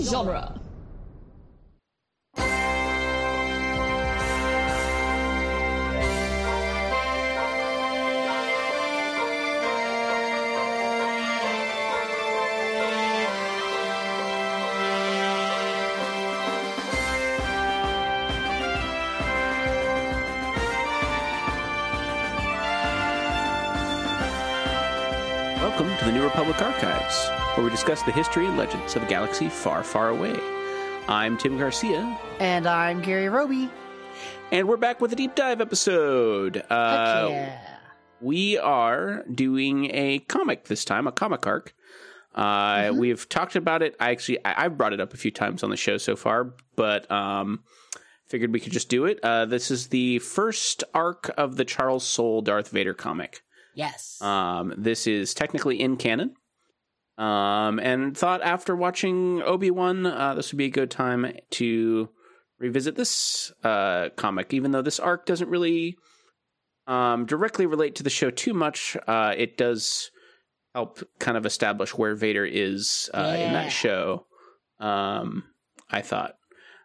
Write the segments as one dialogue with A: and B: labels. A: genre.
B: Welcome to the New Republic Archives, where we discuss the history and legends of a galaxy far, far away. I'm Tim Garcia,
C: And I'm Gary Roby.
B: and we're back with a deep dive episode. Uh,
C: Heck yeah.
B: We are doing a comic this time, a comic arc. Uh,
C: Mm-hmm.
B: We've talked about it. I actually, I, I've brought it up a few times on the show so far, but um, figured we could just do it. Uh, this is the first arc of the Charles Soule Darth Vader comic.
C: Yes.
B: Um, this is technically in canon. Um, and thought after watching Obi Wan, uh, this would be a good time to revisit this uh, comic, even though this arc doesn't really um, directly relate to the show too much. Uh, it does help kind of establish where Vader is uh, in
C: Yeah.
B: that show. Um, I thought.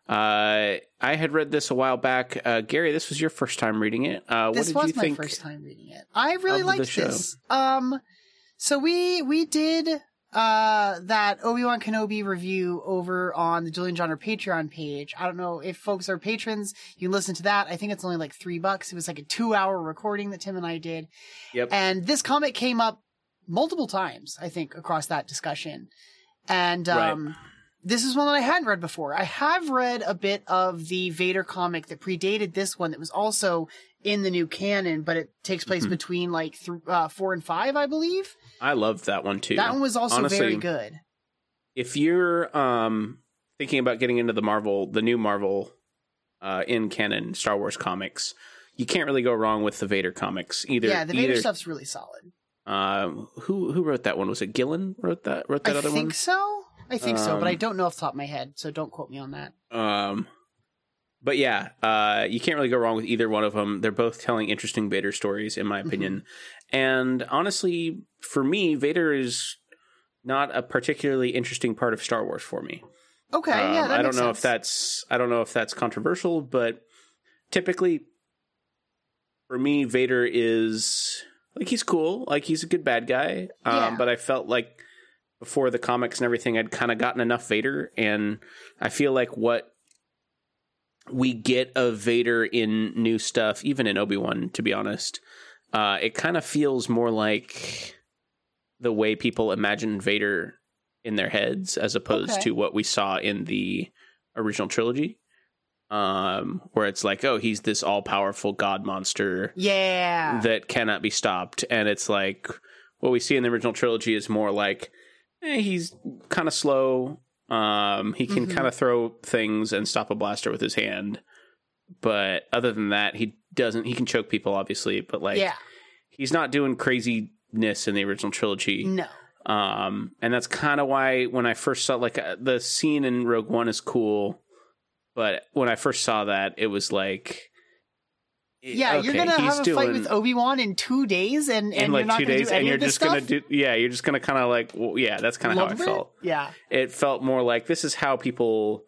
B: Uh, I had read this a while back. Uh, Gary, this was your first time reading it. Uh, what
C: this
B: did
C: was
B: you
C: my
B: think?
C: first time reading it. I really
B: of the
C: liked
B: show?
C: this. Um, so we we did uh that Obi Wan Kenobi review over on the Julian Genre Patreon page. I don't know if folks are patrons. You can listen to that. I think it's only like three bucks. It was like a two hour recording that Tim and I did.
B: Yep.
C: And this comic came up multiple times, I think, across that discussion. And
B: Right.
C: um, this is one that I hadn't read before. I have read a bit of the Vader comic that predated this one that was also in the new canon, but it takes place
B: Mhm.
C: between like th- uh, four and five, I believe.
B: I loved that one too.
C: That one was also
B: Honestly,
C: very good.
B: if you're um thinking about getting into the Marvel, the new Marvel uh in canon Star Wars comics, you can't really go wrong with the Vader comics either.
C: yeah, the Vader
B: either-
C: stuff's really solid.
B: Um, who who wrote that one? Was it Gillen wrote that wrote that
C: I
B: other
C: think so. I think so, but I
B: Um,
C: don't know off the top of my head, so don't quote me on that.
B: one? Um but yeah, uh, you can't really go wrong with either one of them. They're both telling interesting Vader stories, in my
C: Mhm.
B: opinion. And honestly, for me, Vader is not a particularly interesting part of Star Wars for me.
C: Okay,
B: Um,
C: yeah, that
B: I don't
C: makes
B: know
C: sense.
B: if that's I don't know if that's controversial, but typically for me, Vader is like he's cool, like he's a good bad guy. Um,
C: Yeah.
B: But I felt like before the comics and everything, I'd kind of gotten enough Vader, and I feel like what we get of Vader in new stuff, even in Obi Wan, to be honest, uh, it kind of feels more like the way people imagine Vader in their heads as opposed
C: Okay.
B: to what we saw in the original trilogy. Um, where it's like, oh, he's this all powerful god monster
C: Yeah.
B: that cannot be stopped. And it's like what we see in the original trilogy is more like eh, he's kind of slow. Um, he can
C: Mhm.
B: kind of throw things and stop a blaster with his hand, but other than that, he doesn't. He can choke people, obviously, but like
C: yeah.
B: he's not doing craziness in the original trilogy.
C: No.
B: Um, and that's kind of why when I first saw like uh, the scene in Rogue One is cool, but when I first saw that, it was like.
C: Yeah, you're
B: okay,
C: gonna
B: he's
C: have a fight
B: doing-
C: with Obi Wan in two days, and, and
B: in
C: you're
B: like
C: not
B: two
C: gonna
B: days,
C: do any
B: and you're
C: of this
B: just gonna
C: stuff?
B: do. Yeah, you're just gonna kind of like. Well, yeah, that's kind of how
C: Love
B: it
C: it?
B: felt.
C: Yeah,
B: It felt more like this is how people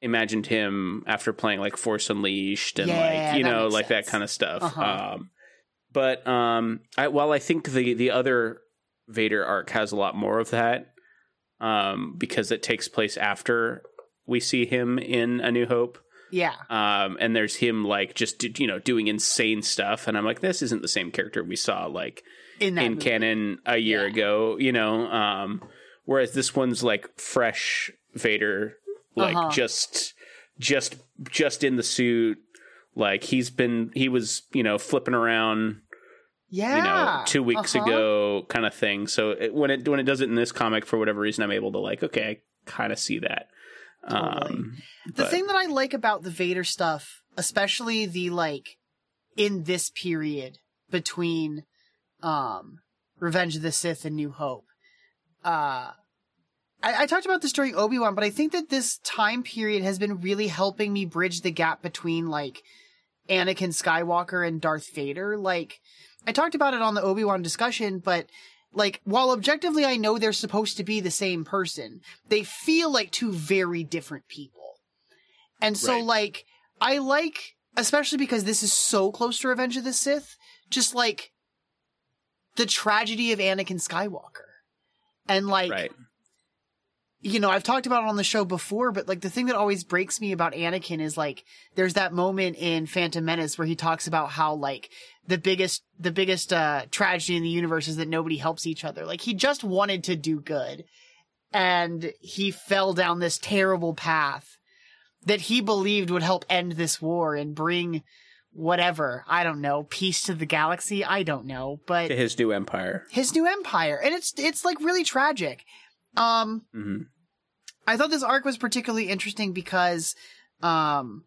B: imagined him after playing like Force Unleashed and
C: Yeah,
B: like you
C: that
B: know
C: makes
B: like
C: sense.
B: that kind of stuff.
C: Uh-huh.
B: Um, but um, I, while I think the the other Vader arc has a lot more of that, um, because it takes place after we see him in A New Hope.
C: yeah.
B: Um, and there's him like just you know doing insane stuff, and I'm like, this isn't the same character we saw like
C: In that
B: in
C: movie.
B: canon a year
C: Yeah.
B: ago, you know. Um, whereas this one's like fresh Vader, like
C: Uh-huh.
B: just just just in the suit. Like he's been he was, you know, flipping around,
C: yeah,
B: you know, two weeks
C: Uh-huh.
B: ago kind of thing. So it, when it when it does it in this comic for whatever reason I'm able to like, okay, I kind of see that. Um
C: The
B: but-
C: thing that I like about the Vader stuff, especially the like in this period between um Revenge of the Sith and New Hope. Uh I, I talked about this during Obi Wan, but I think that this time period has been really helping me bridge the gap between like Anakin Skywalker and Darth Vader. Like I talked about it on the Obi Wan discussion, but Like, while objectively I know they're supposed to be the same person, they feel like two very different people. And so,
B: Right.
C: like, I like, especially because this is so close to Revenge of the Sith, just like the tragedy of Anakin Skywalker. And like,
B: right.
C: you know, I've talked about it on the show before, but like the thing that always breaks me about Anakin is like there's that moment in Phantom Menace where he talks about how like the biggest the biggest uh tragedy in the universe is that nobody helps each other. Like he just wanted to do good and he fell down this terrible path that he believed would help end this war and bring whatever, I don't know, peace to the galaxy, I don't know, but
B: To his new empire.
C: his new empire and it's it's like really tragic. Um
B: hmm
C: I thought this arc was particularly interesting because um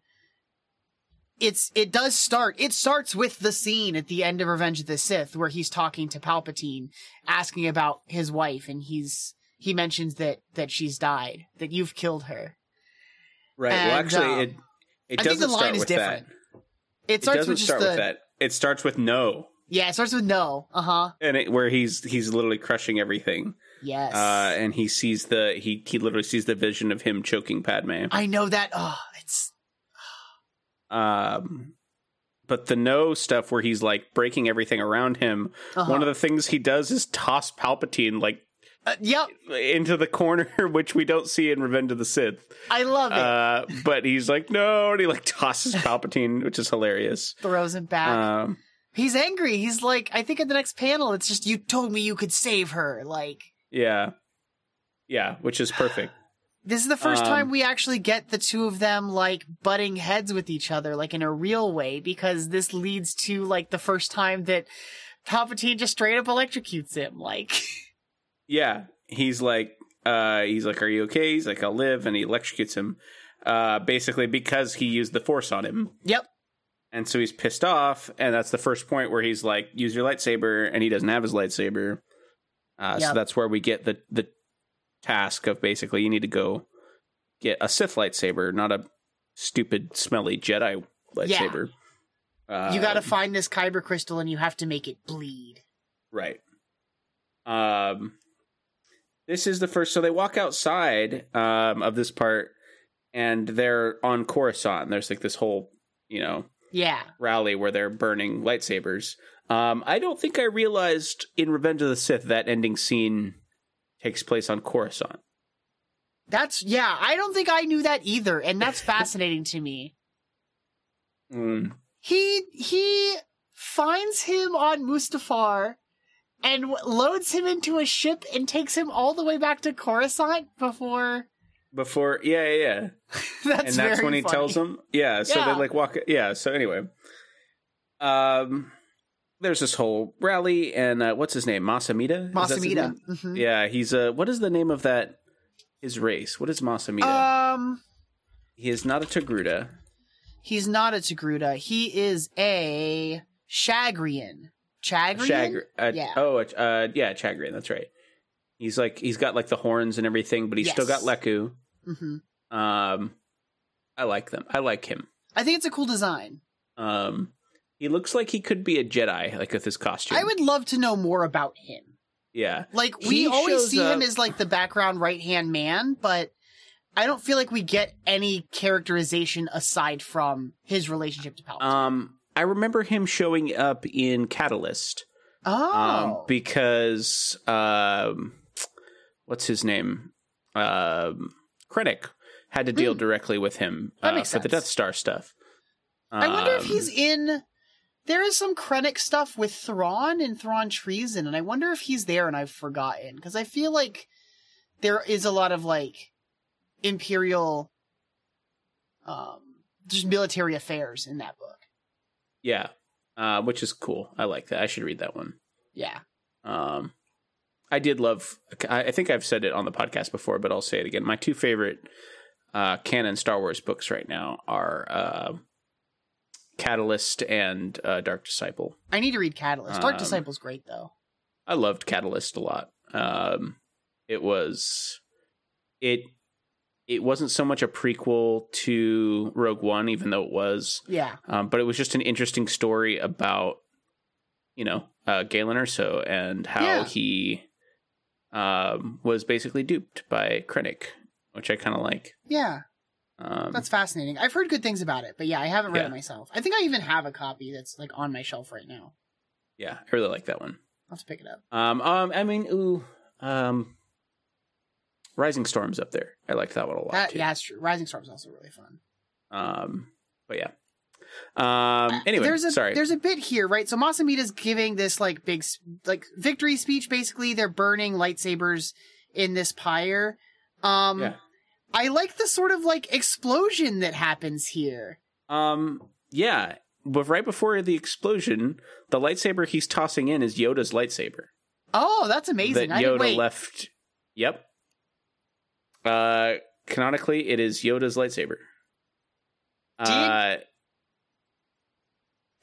C: it's it does start it starts with the scene at the end of Revenge of the Sith where he's talking to Palpatine asking about his wife and he's he mentions that that she's died that you've killed her.
B: Right. well,
C: And,
B: actually,
C: um,
B: it it
C: I
B: doesn't
C: think the
B: start
C: line is
B: with
C: different.
B: that.
C: It
B: It
C: starts
B: doesn't
C: with just
B: start
C: the
B: with that. It starts with no,
C: yeah it starts with no uh huh
B: and it, where he's he's literally crushing everything.
C: yes
B: Uh, and he sees the he he literally sees the vision of him choking Padme.
C: I know that oh it's
B: Um, but the no stuff where he's like breaking everything around him.
C: uh
B: One of the things he does is toss Palpatine like
C: uh, yep
B: into the corner, which we don't see in Revenge of the Sith.
C: I love it
B: Uh, but he's like no, and he like tosses Palpatine, which is hilarious.
C: throws him back
B: Um,
C: He's angry. He's like, I think in the next panel, it's just you told me you could save her. Like,
B: yeah, yeah, which is perfect.
C: this is the first
B: Um,
C: time we actually get the two of them like butting heads with each other, like in a real way, because this leads to like the first time that Palpatine just straight up electrocutes him. Like,
B: Yeah, he's like, uh, he's like, "Are you okay?" He's like, "I'll live," and he electrocutes him, uh, basically because he used the force on him,
C: yep,
B: and so he's pissed off, and that's the first point where he's like, "Use your lightsaber," and he doesn't have his lightsaber, uh, so
C: Yep.
B: that's where we get the the task of basically you need to go get a Sith lightsaber, not a stupid smelly Jedi lightsaber. Uh,
C: you got to find this kyber crystal and you have to make it bleed.
B: Right. Um this is the first so they walk outside um of this part and they're on Coruscant. There's like this whole, you know,
C: Yeah,
B: rally where they're burning lightsabers. Um I don't think I realized in Revenge of the Sith that ending scene takes place on Coruscant.
C: that's yeah. I don't think I knew that either, and that's fascinating to me.
B: Mm.
C: he he finds him on Mustafar and w- loads him into a ship and takes him all the way back to Coruscant before
B: Before yeah, yeah, yeah.
C: that's
B: and that's
C: very
B: when he
C: funny.
B: tells them yeah so
C: Yeah.
B: they like walk yeah so anyway um there's this whole rally and uh, what's his name masamita Is that his
C: Masamita.
B: name?
C: Mhm.
B: yeah he's uh what is the name of that his race what is masamita
C: Um
B: he is not a togruta
C: he's not a Togruta. He is a Shagrian. Chagrian?
B: Chagr- uh,
C: Yeah.
B: oh uh yeah chagrin that's right he's like he's got like the horns and everything but he's still got
C: Yes.
B: leku
C: hmm
B: um i like them i like him
C: I think it's a cool design.
B: um he looks like he could be a jedi like with his costume
C: I would love to know more about him.
B: yeah
C: Like we
B: He
C: always
B: shows
C: see him
B: up-
C: as like the background right hand man, but I don't feel like we get any characterization aside from his relationship to Palpatine.
B: Um, I remember him showing up in Catalyst.
C: oh,
B: Um, because um, what's his name? Um, Krennic had to deal directly with him
C: Hmm. That
B: uh,
C: makes
B: for the
C: sense.
B: Death Star stuff.
C: I wonder if
B: Um,
C: he's in. There is some Krennic stuff with Thrawn and Thrawn treason, and I wonder if he's there and I've forgotten because I feel like there is a lot of like imperial, um, just military affairs in that book.
B: yeah, uh, which is cool. I like that. I should read that one.
C: Yeah,
B: Um, I did love. I I think I've said it on the podcast before, but I'll say it again. My two favorite uh, canon Star Wars books right now are uh, Catalyst and uh, Dark Disciple.
C: I need to read Catalyst. Dark
B: Um,
C: Disciple's great though.
B: I loved Catalyst a lot. Um, it was it it wasn't so much a prequel to Rogue One, even though it was,
C: Yeah,
B: um, but it was just an interesting story about you know uh, Galen Erso and how
C: Yeah.
B: he um, was basically duped by Krennic, which I kind of like.
C: Yeah,
B: Um,
C: that's fascinating. I've heard good things about it, but yeah, I haven't read
B: Yeah.
C: it myself. I think I even have a copy that's like on my shelf right now.
B: yeah, I really like that one.
C: I'll have to pick it up.
B: Um, um, I mean, ooh, um, Rising Storms up there. I like that one a lot
C: That
B: too.
C: yeah, that's true. Rising Storm's also really fun.
B: Um, but yeah. Um, anyway,
C: Uh, there's a
B: sorry.
C: there's a bit here, right? So Masamida's giving this like big s- like victory speech. Basically, they're burning lightsabers in this pyre. Um,
B: Yeah.
C: I like the sort of like explosion that happens here.
B: Um, yeah, but right before the explosion, the lightsaber he's tossing in is Yoda's lightsaber
C: Oh, that's amazing!
B: that
C: I
B: Yoda
C: didn't, wait,
B: left. Yep. Uh, canonically, it is Yoda's lightsaber. Uh,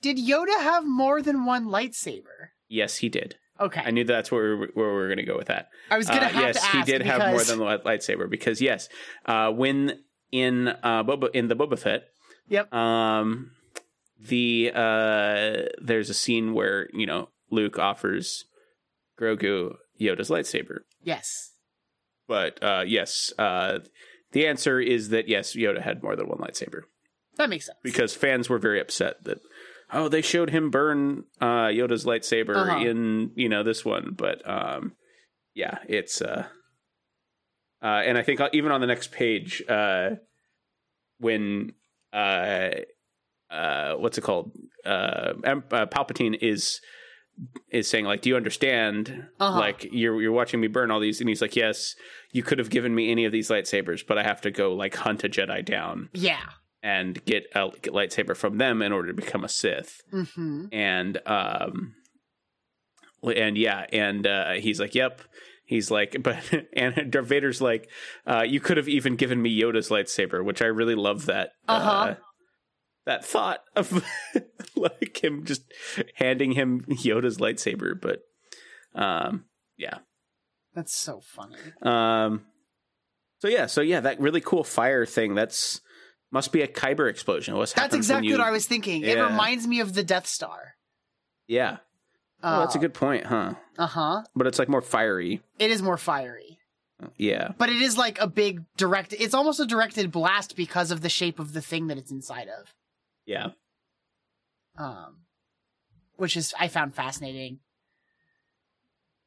C: did Yoda have more than one lightsaber?
B: yes, he did.
C: Okay,
B: I knew that's where we were, where we were going to go with that.
C: I was gonna
B: Uh,
C: have
B: yes,
C: to ask.
B: he did have more
C: because-
B: than the light- lightsaber because yes, uh, when in uh, Boba in the Boba Fett,
C: Yep.
B: Um, the uh, there's a scene where you know Luke offers Grogu Yoda's lightsaber,
C: Yes,
B: but uh, yes, uh, the answer is that yes, Yoda had more than one lightsaber
C: that makes sense.
B: because fans were very upset that oh they showed him burn uh, Yoda's lightsaber
C: Uh-huh.
B: in you know this one, but um, yeah, it's uh, uh, and I think even on the next page uh, when uh, uh, what's it called uh, Em- uh, Palpatine is is saying like do you understand
C: Uh-huh.
B: like you're you're watching me burn all these and he's like yes you could have given me any of these lightsabers but i have to go like hunt a jedi down
C: yeah.
B: and get a get lightsaber from them in order to become a Sith.
C: hmm
B: And um, and yeah, and uh, he's like, "Yep." He's like, but and Darth Vader's like, uh, "You could have even given me Yoda's lightsaber," which I really love that. uh,
C: Uh-huh.
B: that thought of like him just handing him Yoda's lightsaber, but um, yeah.
C: That's so funny.
B: Um, so yeah, so yeah, that really cool fire thing. That's must be a Kyber explosion. What's
C: That's exactly what I was thinking. It
B: Yeah.
C: reminds me of the Death Star.
B: Yeah. Oh, that's a good point, huh?
C: Uh huh.
B: But it's like more fiery.
C: It is more fiery.
B: Yeah.
C: but it is like a big direct it's almost a directed blast because of the shape of the thing that it's inside of
B: Yeah.
C: um which is i found fascinating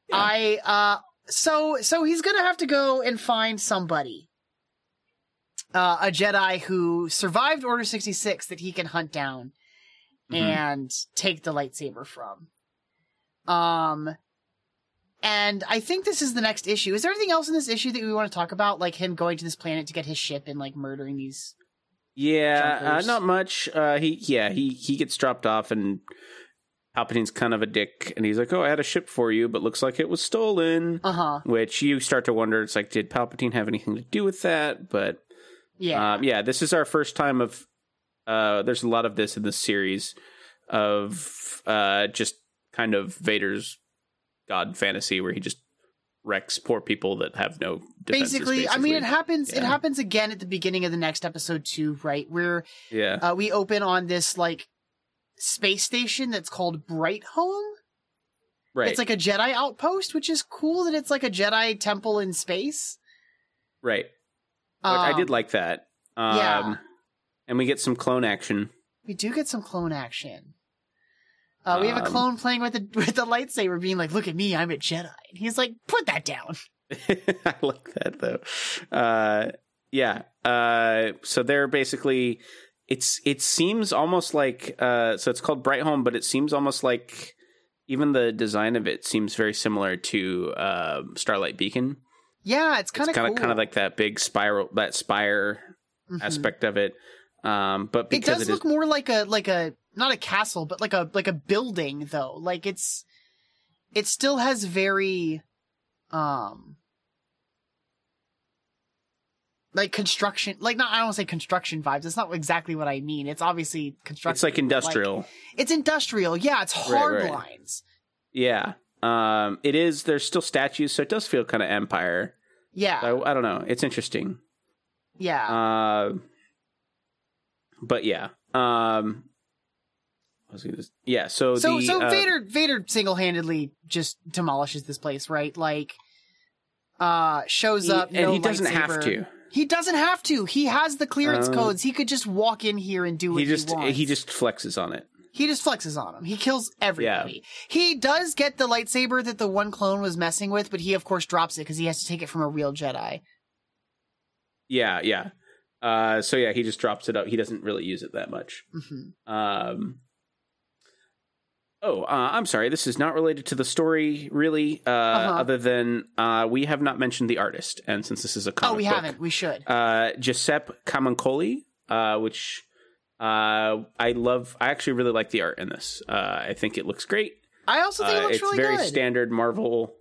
B: Yeah.
C: i uh so so he's gonna have to go and find somebody uh a jedi who survived order 66 that he can hunt down Mm-hmm.
B: Mhm.
C: and take the lightsaber from um and i think this is the next issue is there anything else in this issue that we want to talk about like him going to this planet to get his ship and like murdering these
B: Yeah. Uh,
C: Junkers.
B: not much. Uh, he yeah he he gets dropped off and Palpatine's kind of a dick and he's like, oh, I had a ship for you, but looks like it was stolen.
C: uh-huh
B: Which you start to wonder. It's like, did Palpatine have anything to do with that? But
C: yeah
B: yeah, um, yeah this is our first time of. Uh, there's a lot of this in this series of uh, just kind of Vader's god fantasy where he just wrecks poor people that have no defenses.
C: basically, i mean it
B: basically.
C: happens it
B: Yeah.
C: happens again at the beginning of the next episode too right where
B: yeah.
C: uh, we open on this like space station that's called bright home
B: Right.
C: it's like a jedi outpost which is cool that it's like a jedi temple in space
B: right. Like, I
C: Um,
B: did like that. Um,
C: yeah.
B: And we get some clone action.
C: We do get some clone action. Uh, we have
B: Um,
C: a clone playing with the with the lightsaber, being like, "Look at me, I'm a Jedi." And he's like, "Put that down."
B: I like that though. Uh, yeah. Uh, so they're basically. It's it seems almost like uh, so it's called Bright Home, but it seems almost like even the design of it seems very similar to uh, Starlight Beacon.
C: Yeah, it's kind of
B: it's kind of
C: cool.
B: kind of like that big spiral, that spire
C: Mhm.
B: aspect of it. Um, but
C: It
B: because
C: does
B: it is
C: look more like a like a not a castle, but like a like a building though. Like it's it still has very um like construction like not I don't want to say construction vibes. That's not exactly what I mean. It's obviously construction.
B: it's like industrial.
C: it's industrial. Yeah, it's hard
B: right.
C: lines.
B: Yeah. Um, it is. There's still statues, so it does feel kind of empire.
C: Yeah.
B: So, I don't know. It's interesting.
C: yeah.
B: Uh, but yeah. Um, was gonna- yeah. So
C: So
B: the,
C: so
B: uh,
C: Vader Vader single handedly just demolishes this place, right? Like uh shows
B: he-
C: up
B: and
C: no
B: he doesn't have
C: lightsaber.
B: to.
C: He doesn't have to. He has the clearance
B: Uh,
C: codes. He could just walk in here and do what
B: He
C: he,
B: just
C: wants.
B: he just flexes on it.
C: He just flexes on him. He kills everybody. He does get the lightsaber that the one clone was messing with, but he of course drops it because he has to take it from a real Jedi.
B: Yeah, yeah. Uh, so yeah, he just drops it up. He doesn't really use it that much.
C: hmm
B: Um, oh, uh, I'm sorry. This is not related to the story, really, uh,
C: Uh-huh.
B: other than uh, we have not mentioned the artist. And since this is a comic
C: Oh, we
B: book,
C: haven't. We should.
B: Uh, Giuseppe Camancoli, uh, which uh, I love. I actually really like the art in this. Uh, I think it looks great.
C: I also think
B: Uh,
C: it looks
B: it's
C: really
B: very
C: good.
B: standard Marvel.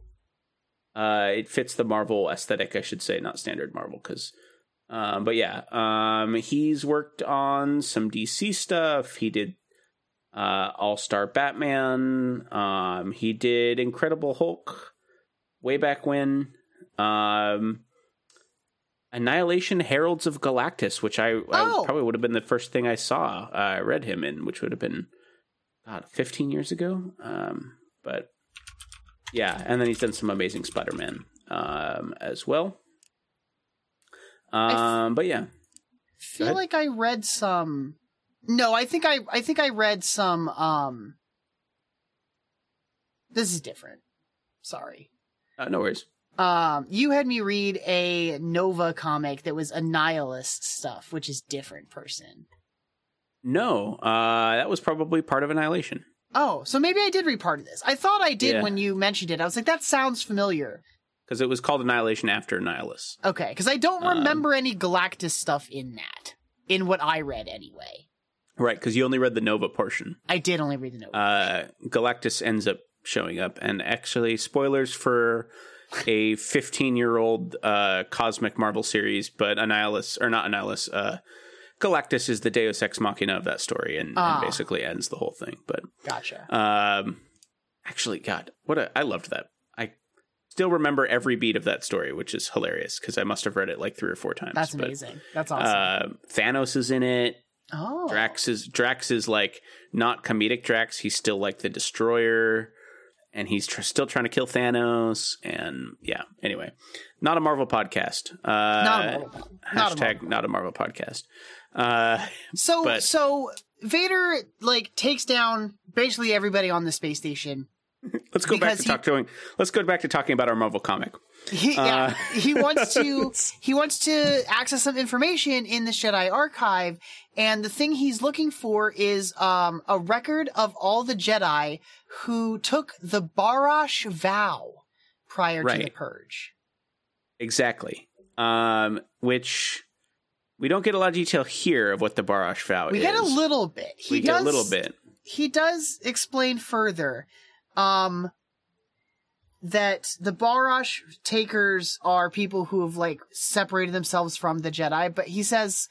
B: Uh, it fits the Marvel aesthetic, I should say, not standard Marvel, because. Um, but yeah, um, he's worked on some DC stuff. He did uh, All Star Batman. Um, he did Incredible Hulk way back when. Um, Annihilation Heralds of Galactus, which I,
C: Oh.
B: I probably would have been the first thing I saw. uh, I read him in, which would have been God, 15 years ago. Um, but yeah, and then he's done some amazing Spider Man um, as well. Um, but yeah,
C: feel
B: ahead.
C: like I read some. No, I think I I think I read some. Um, this is different. Sorry.
B: uh, no worries.
C: Um, you had me read a Nova comic that was a nihilist stuff, which is different person.
B: No, uh, that was probably part of Annihilation.
C: Oh, so maybe I did read part of this. I thought I did
B: Yeah.
C: when you mentioned it. I was like, that sounds familiar.
B: because it was called Annihilation after Annihilus.
C: Okay, because I don't
B: Um,
C: remember any Galactus stuff in that, in what I read anyway.
B: Right, because you only read the Nova portion.
C: I did only read the Nova.
B: Uh, Galactus ends up showing up, and actually, spoilers for a 15 year old uh, cosmic Marvel series, but Annihilus, or not Annihilus, uh, Galactus is the deus ex machina of that story and,
C: Ah.
B: and basically ends the whole thing. But
C: gotcha.
B: um, actually, God, what a, I loved that. I still remember every beat of that story, which is hilarious because I must have read it like three or four times.
C: That's
B: but,
C: amazing. That's awesome.
B: Uh, Thanos is in it.
C: oh,
B: Drax is Drax is like not comedic Drax. He's still like the destroyer, and he's tr- still trying to kill Thanos. And yeah, anyway, not a Marvel podcast. Uh,
C: Not a Marvel one. Not a
B: hashtag not a Marvel podcast. Uh,
C: So
B: But-
C: so Vader like takes down basically everybody on the space station.
B: let's go back
C: Because
B: to
C: he-
B: talking. Let's go back to talking about our Marvel comic.
C: He,
B: Uh,
C: yeah, he wants to he wants to access some information in the Jedi archive, and the thing he's looking for is um, a record of all the Jedi who took the Barash vow prior to the
B: Right.
C: purge.
B: Exactly. Um, which we don't get a lot of detail here of what the Barash vow
C: We
B: is.
C: get a little bit. He
B: we
C: does,
B: get a little bit.
C: he does explain further um that the Barash takers are people who have like separated themselves from the Jedi, but he says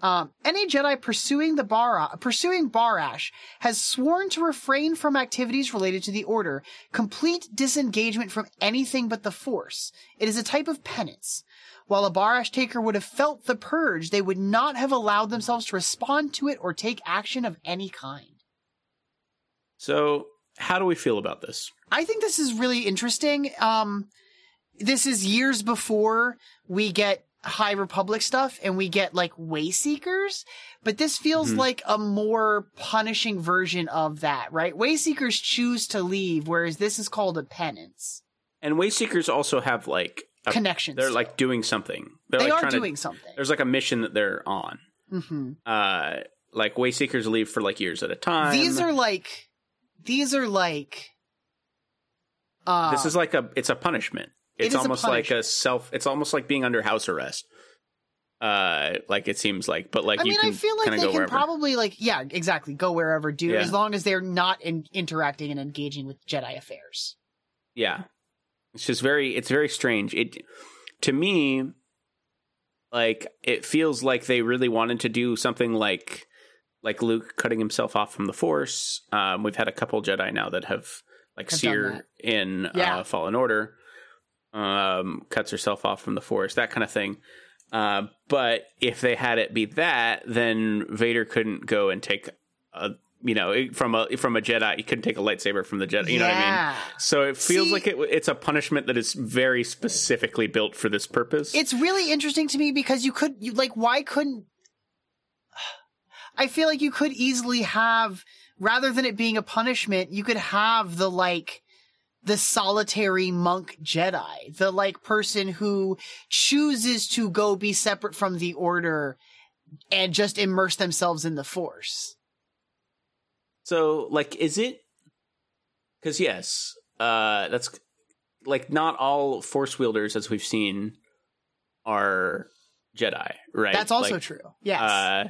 C: um, any Jedi pursuing the Bara pursuing Barash has sworn to refrain from activities related to the Order, complete disengagement from anything but the Force. It is a type of penance. While a Barash taker would have felt the purge, they would not have allowed themselves to respond to it or take action of any kind.
B: So, how do we feel about this?
C: I think this is really interesting. Um, this is years before we get High Republic stuff and we get like Wayseekers, but this feels
B: Mhm.
C: like a more punishing version of that, right? Wayseekers choose to leave, whereas this is called a penance
B: And Wayseekers also have like a
C: connection.
B: they're
C: still.
B: like doing something. They're
C: they
B: like
C: are
B: trying
C: doing
B: To,
C: something.
B: there's like a mission that they're on.
C: hmm
B: Uh, like Wayseekers leave for like years at a time.
C: These are like, these are like. Uh,
B: this is like a it's a punishment.
C: It
B: It's
C: is a
B: almost like a self. It's almost like being under house arrest. Uh, like it seems like, but like
C: I
B: you
C: mean,
B: can
C: I feel like
B: kinda
C: they
B: go
C: can
B: wherever.
C: probably like yeah, exactly, go wherever, do
B: Yeah.
C: as long as they're not in- interacting and engaging with Jedi affairs.
B: yeah it's just very it's very strange it to me like it feels like they really wanted to do something like like luke cutting himself off from the force um we've had a couple jedi now that have like
C: Have done
B: seer in
C: Yeah.
B: uh fallen order um cuts herself off from the force that kind of thing uh, but if they had it be that then vader couldn't go and take a you know it- from a from a Jedi. You couldn't take a lightsaber from the Jedi. You know what I mean?
C: Yeah.
B: So it feels
C: See-
B: like it, it's a punishment that is very specifically built for this purpose.
C: It's really interesting to me because you could, you, like, why couldn't. I feel like you could easily have, rather than it being a punishment, you could have the, like, the solitary monk Jedi, the, like, person who chooses to go be separate from the order and just immerse themselves in the Force.
B: so like, is it? Because yes, uh, that's like not all force wielders, as we've seen, are Jedi, right?
C: That's also
B: Like,
C: true. Yes.
B: Uh,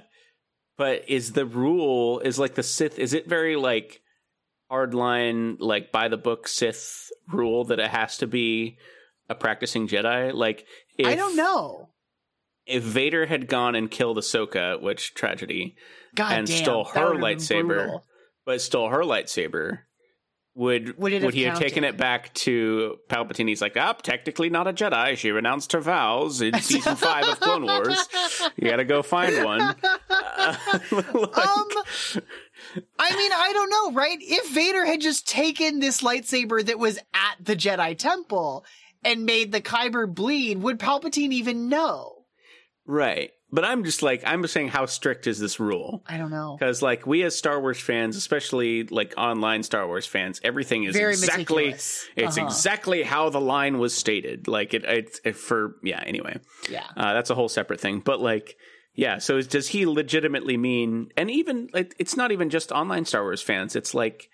B: but is the rule is like the Sith? Is it very like hardline, like by the book Sith rule that it has to be a practicing Jedi? Like, if,
C: I don't know.
B: If Vader had gone and killed Ahsoka, which tragedy,
C: God
B: and
C: damn,
B: stole
C: that
B: her
C: would've been
B: lightsaber.
C: brutal.
B: but stole her lightsaber, would
C: Would
B: would,
C: it have
B: he have taken
C: counted?
B: it back to Palpatine? He's like, ah, technically not a Jedi. She renounced her vows in season five of Clone Wars. You gotta go find one. Like-
C: Um, I mean, I don't know, right? If Vader had just taken this lightsaber that was at the Jedi Temple and made the Kyber bleed, would Palpatine even know?
B: Right. But I'm just like, I'm just saying, how strict is this rule?
C: I don't know.
B: Because, like, we as Star Wars fans, especially like online Star Wars fans, everything is
C: Very
B: exactly.
C: meticulous.
B: It's
C: Uh-huh.
B: exactly how the line was stated. Like it, it, it for yeah. Anyway,
C: Yeah.
B: uh, that's a whole separate thing. But like, yeah. So is, does he legitimately mean? And even like, it's not even just online Star Wars fans. It's like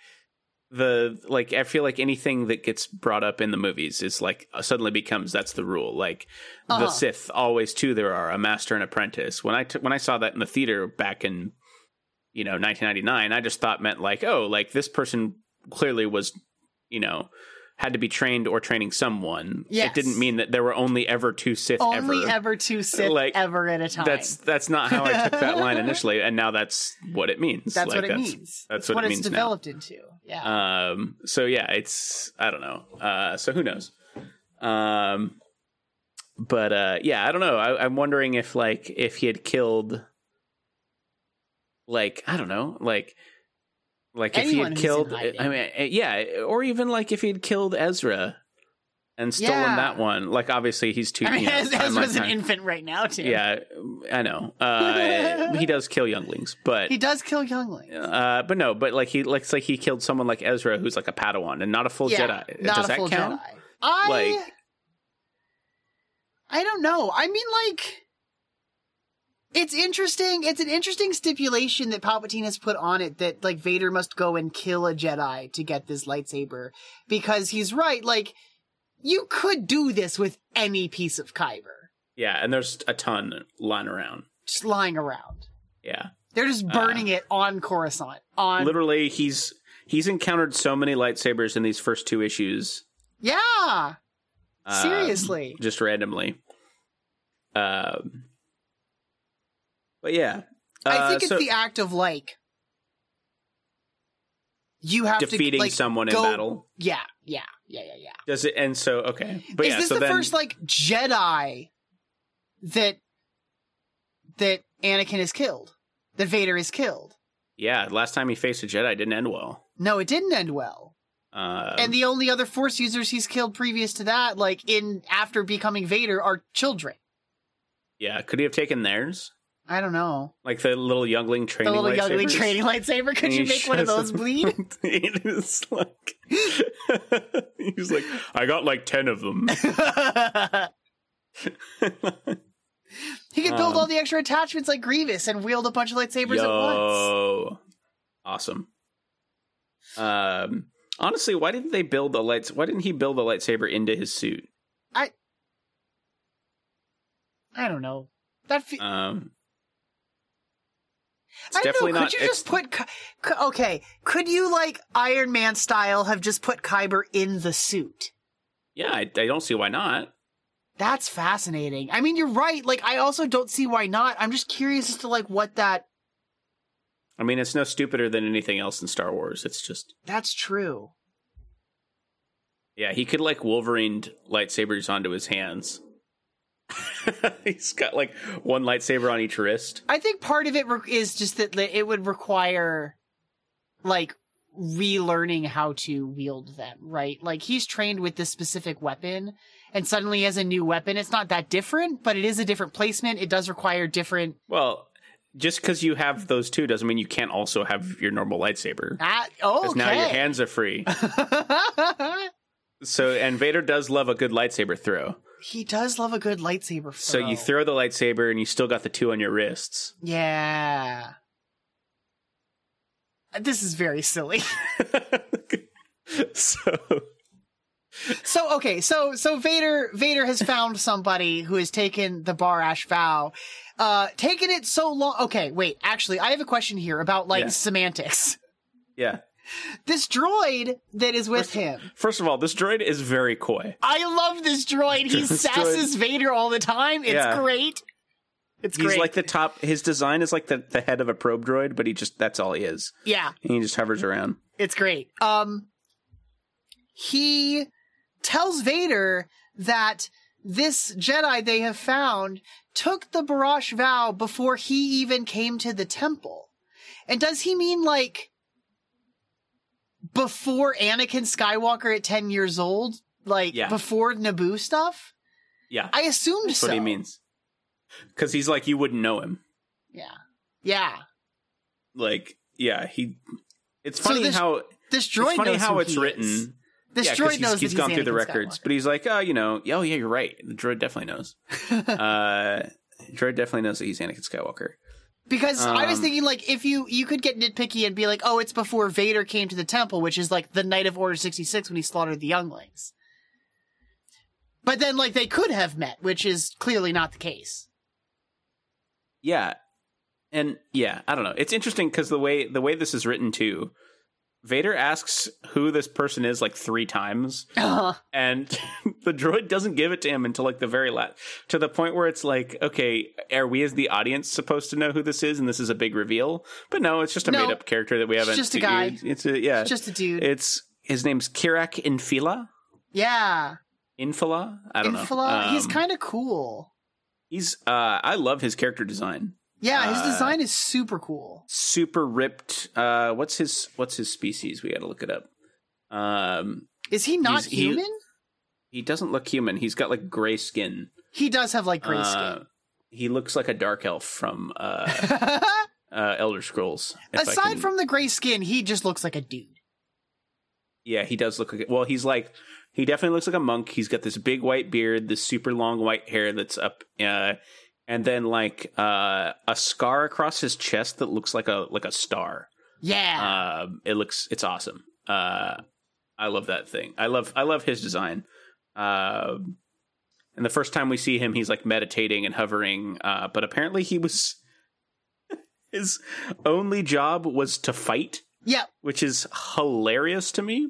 B: the like I feel like anything that gets brought up in the movies is like uh, suddenly becomes that's the rule. Like
C: Uh-huh.
B: the Sith always two there are a master and apprentice. When I t- when I saw that in the theater back in you know 1999, I just thought meant like oh like this person clearly was you know had to be trained or training someone.
C: Yes.
B: It didn't mean that there were only ever two Sith
C: Only
B: ever.
C: ever, two Sith
B: Like,
C: ever at a time.
B: That's that's not how I took that line initially, and now that's what it means.
C: That's
B: Like,
C: what it means.
B: that's what it
C: it's
B: means now.
C: developed into. Yeah.
B: Um, so yeah, it's I don't know. Uh, so who knows? Um, but uh, yeah, I don't know. I, I'm wondering if like if he had killed, like I don't know, like like if he had
C: Anyone who's in
B: killed.
C: hiding.
B: I mean, uh, yeah, or even like if he had killed Ezra and stolen
C: Yeah.
B: that one. Like obviously he's too.
C: I mean,
B: you know,
C: Ez-
B: timeline
C: Ezra's an
B: time.
C: infant right now, too.
B: Yeah, I know. Uh, he does kill younglings, but
C: He does kill younglings.
B: uh, but no, but like he looks like he killed someone like Ezra, who's like a Padawan and not a full Jedi.
C: Not
B: Does
C: a
B: that
C: full
B: count?
C: Jedi. I
B: Like-
C: I don't know. I mean like it's interesting. It's an interesting stipulation that Palpatine has put on it that like Vader must go and kill a Jedi to get this lightsaber because he's right like you could do this with any piece of kyber
B: Yeah, and there's a ton lying around.
C: just lying around.
B: Yeah,
C: They're just burning it on Coruscant. On
B: Uh. literally, he's he's encountered so many lightsabers in these first two issues.
C: Yeah.
B: um,
C: Seriously.
B: just randomly. Um, but yeah,
C: I
B: Uh,
C: think it's
B: so
C: the act of like you have
B: defeating
C: to like,
B: someone
C: go-
B: in battle.
C: Yeah, yeah, yeah, yeah, yeah.
B: Does it? And so okay, but
C: Is
B: yeah,
C: this
B: so
C: the
B: then,
C: first like Jedi that that Anakin is killed? That Vader is killed?
B: yeah, last time he faced a Jedi didn't end well.
C: No, it didn't end well.
B: Um,
C: and the only other Force users he's killed previous to that, like in after becoming Vader, are children.
B: yeah, could he have taken theirs?
C: I don't know.
B: like the little youngling
C: The
B: training
C: little youngling
B: lightsabers.
C: training lightsaber. Could
B: And
C: you
B: he
C: make one of
B: shows
C: those
B: them-
C: bleed?
B: it is like he's like i got like 10 of them
C: He could build
B: Um,
C: all the extra attachments like Grievous and wield a bunch of lightsabers at once.
B: yo awesome um honestly why didn't they build the lights why didn't he build the lightsaber into his suit
C: I don't know. That fe-
B: um it's
C: I don't
B: definitely
C: know. Could
B: not
C: you
B: it's-
C: just put Ky- Ky- okay? Could you like Iron Man style have just put Kyber in the suit?
B: yeah I, I don't see why not
C: That's fascinating. I mean, you're right. Like, I also don't see why not. I'm just curious as to like what that.
B: i mean it's no stupider than anything else in star wars it's just
C: That's true.
B: Yeah, he could like Wolverine lightsabers onto his hands. He's got like one lightsaber on each wrist.
C: I think part of it re- is just that li- it would require like relearning how to wield them, right? Like he's trained with this specific weapon and suddenly has a new weapon. It's not that different, but it is a different placement. It does require different
B: Well, just because you have those two doesn't mean you can't also have your normal lightsaber.
C: ah, oh
B: Because now your hands are free. So, and Vader does love a good lightsaber throw.
C: he does love a good lightsaber. Throw.
B: So you throw the lightsaber and you still got the two on your wrists.
C: Yeah. This is very silly.
B: so
C: So okay, so so Vader Vader has found somebody who has taken the Bar Ash vow, uh, taken it so long. Okay, wait. Actually, I have a question here about like
B: Yeah.
C: semantics.
B: yeah.
C: This droid that is with him,
B: First of all, this droid is very coy.
C: I love this droid. He
B: This
C: sasses Vader all the time. It's
B: Yeah.
C: great. It's
B: He's
C: great.
B: like the top. His design is like the, the head of a probe droid, but he just that's all he is.
C: yeah.
B: And he just hovers around.
C: It's great. Um, he tells Vader that this Jedi they have found took the Barash vow before he even came to the temple. And does he mean like before Anakin Skywalker at 10 years old? Like
B: Yeah.
C: before Naboo stuff?
B: Yeah,
C: I assumed
B: that's
C: so.
B: what he means. Because he's like you wouldn't know him.
C: Yeah. Yeah.
B: Like yeah, he. It's
C: So
B: funny
C: this
B: how
C: This droid
B: it's funny
C: knows
B: how
C: who
B: it's
C: he
B: written.
C: is. This
B: yeah, 'cause
C: droid
B: he's,
C: knows
B: he's
C: that
B: gone
C: he's
B: through the
C: Anakin
B: records,
C: Skywalker.
B: but he's like, oh, you know, oh yeah, you're right. The droid definitely knows. uh, droid definitely knows that he's Anakin Skywalker.
C: Because I was
B: Um,
C: thinking, like, if you you could get nitpicky and be like, "Oh, it's before Vader came to the temple, which is like the night of Order sixty six when he slaughtered the younglings." But then, like, they could have met, which is clearly not the case.
B: Yeah, and yeah, I don't know. It's interesting because the way the way this is written too, Vader asks who this person is like three times, and the droid doesn't give it to him until like the very last, to the point where it's like, okay, are we as the audience supposed to know who this is? And this is a big reveal, but no, it's just a
C: No.
B: made up character that we haven't.
C: just a guy.
B: It's a yeah.
C: Just a dude.
B: It's his name's Kirak Infila.
C: yeah,
B: Infila? I don't know.
C: Infla. he's
B: Um,
C: kind of cool.
B: he's uh I love his character design.
C: Yeah, his
B: uh,
C: design is super cool.
B: Super ripped. Uh what's his what's his species? We got to look it up. Um
C: Is he not
B: he's- he-
C: human?
B: he doesn't look human. He's got like gray skin.
C: He, does have like gray
B: Uh, he looks like a dark elf from uh
C: skin.
B: uh Elder Scrolls. if I
C: Aside
B: can-
C: from the gray skin, he just looks like a dude.
B: Yeah, he does look like well, he's like he definitely looks like a monk. He's got this big white beard, this super long white hair that's up uh and then like uh a scar across his chest that looks like a like a star.
C: Yeah,
B: Um, it looks it's awesome. Uh, I love that thing. I love I love his design. Um, and the first time we see him, he's like meditating and hovering. Uh, but apparently, he was his only job was to fight,
C: yeah,
B: which is hilarious to me.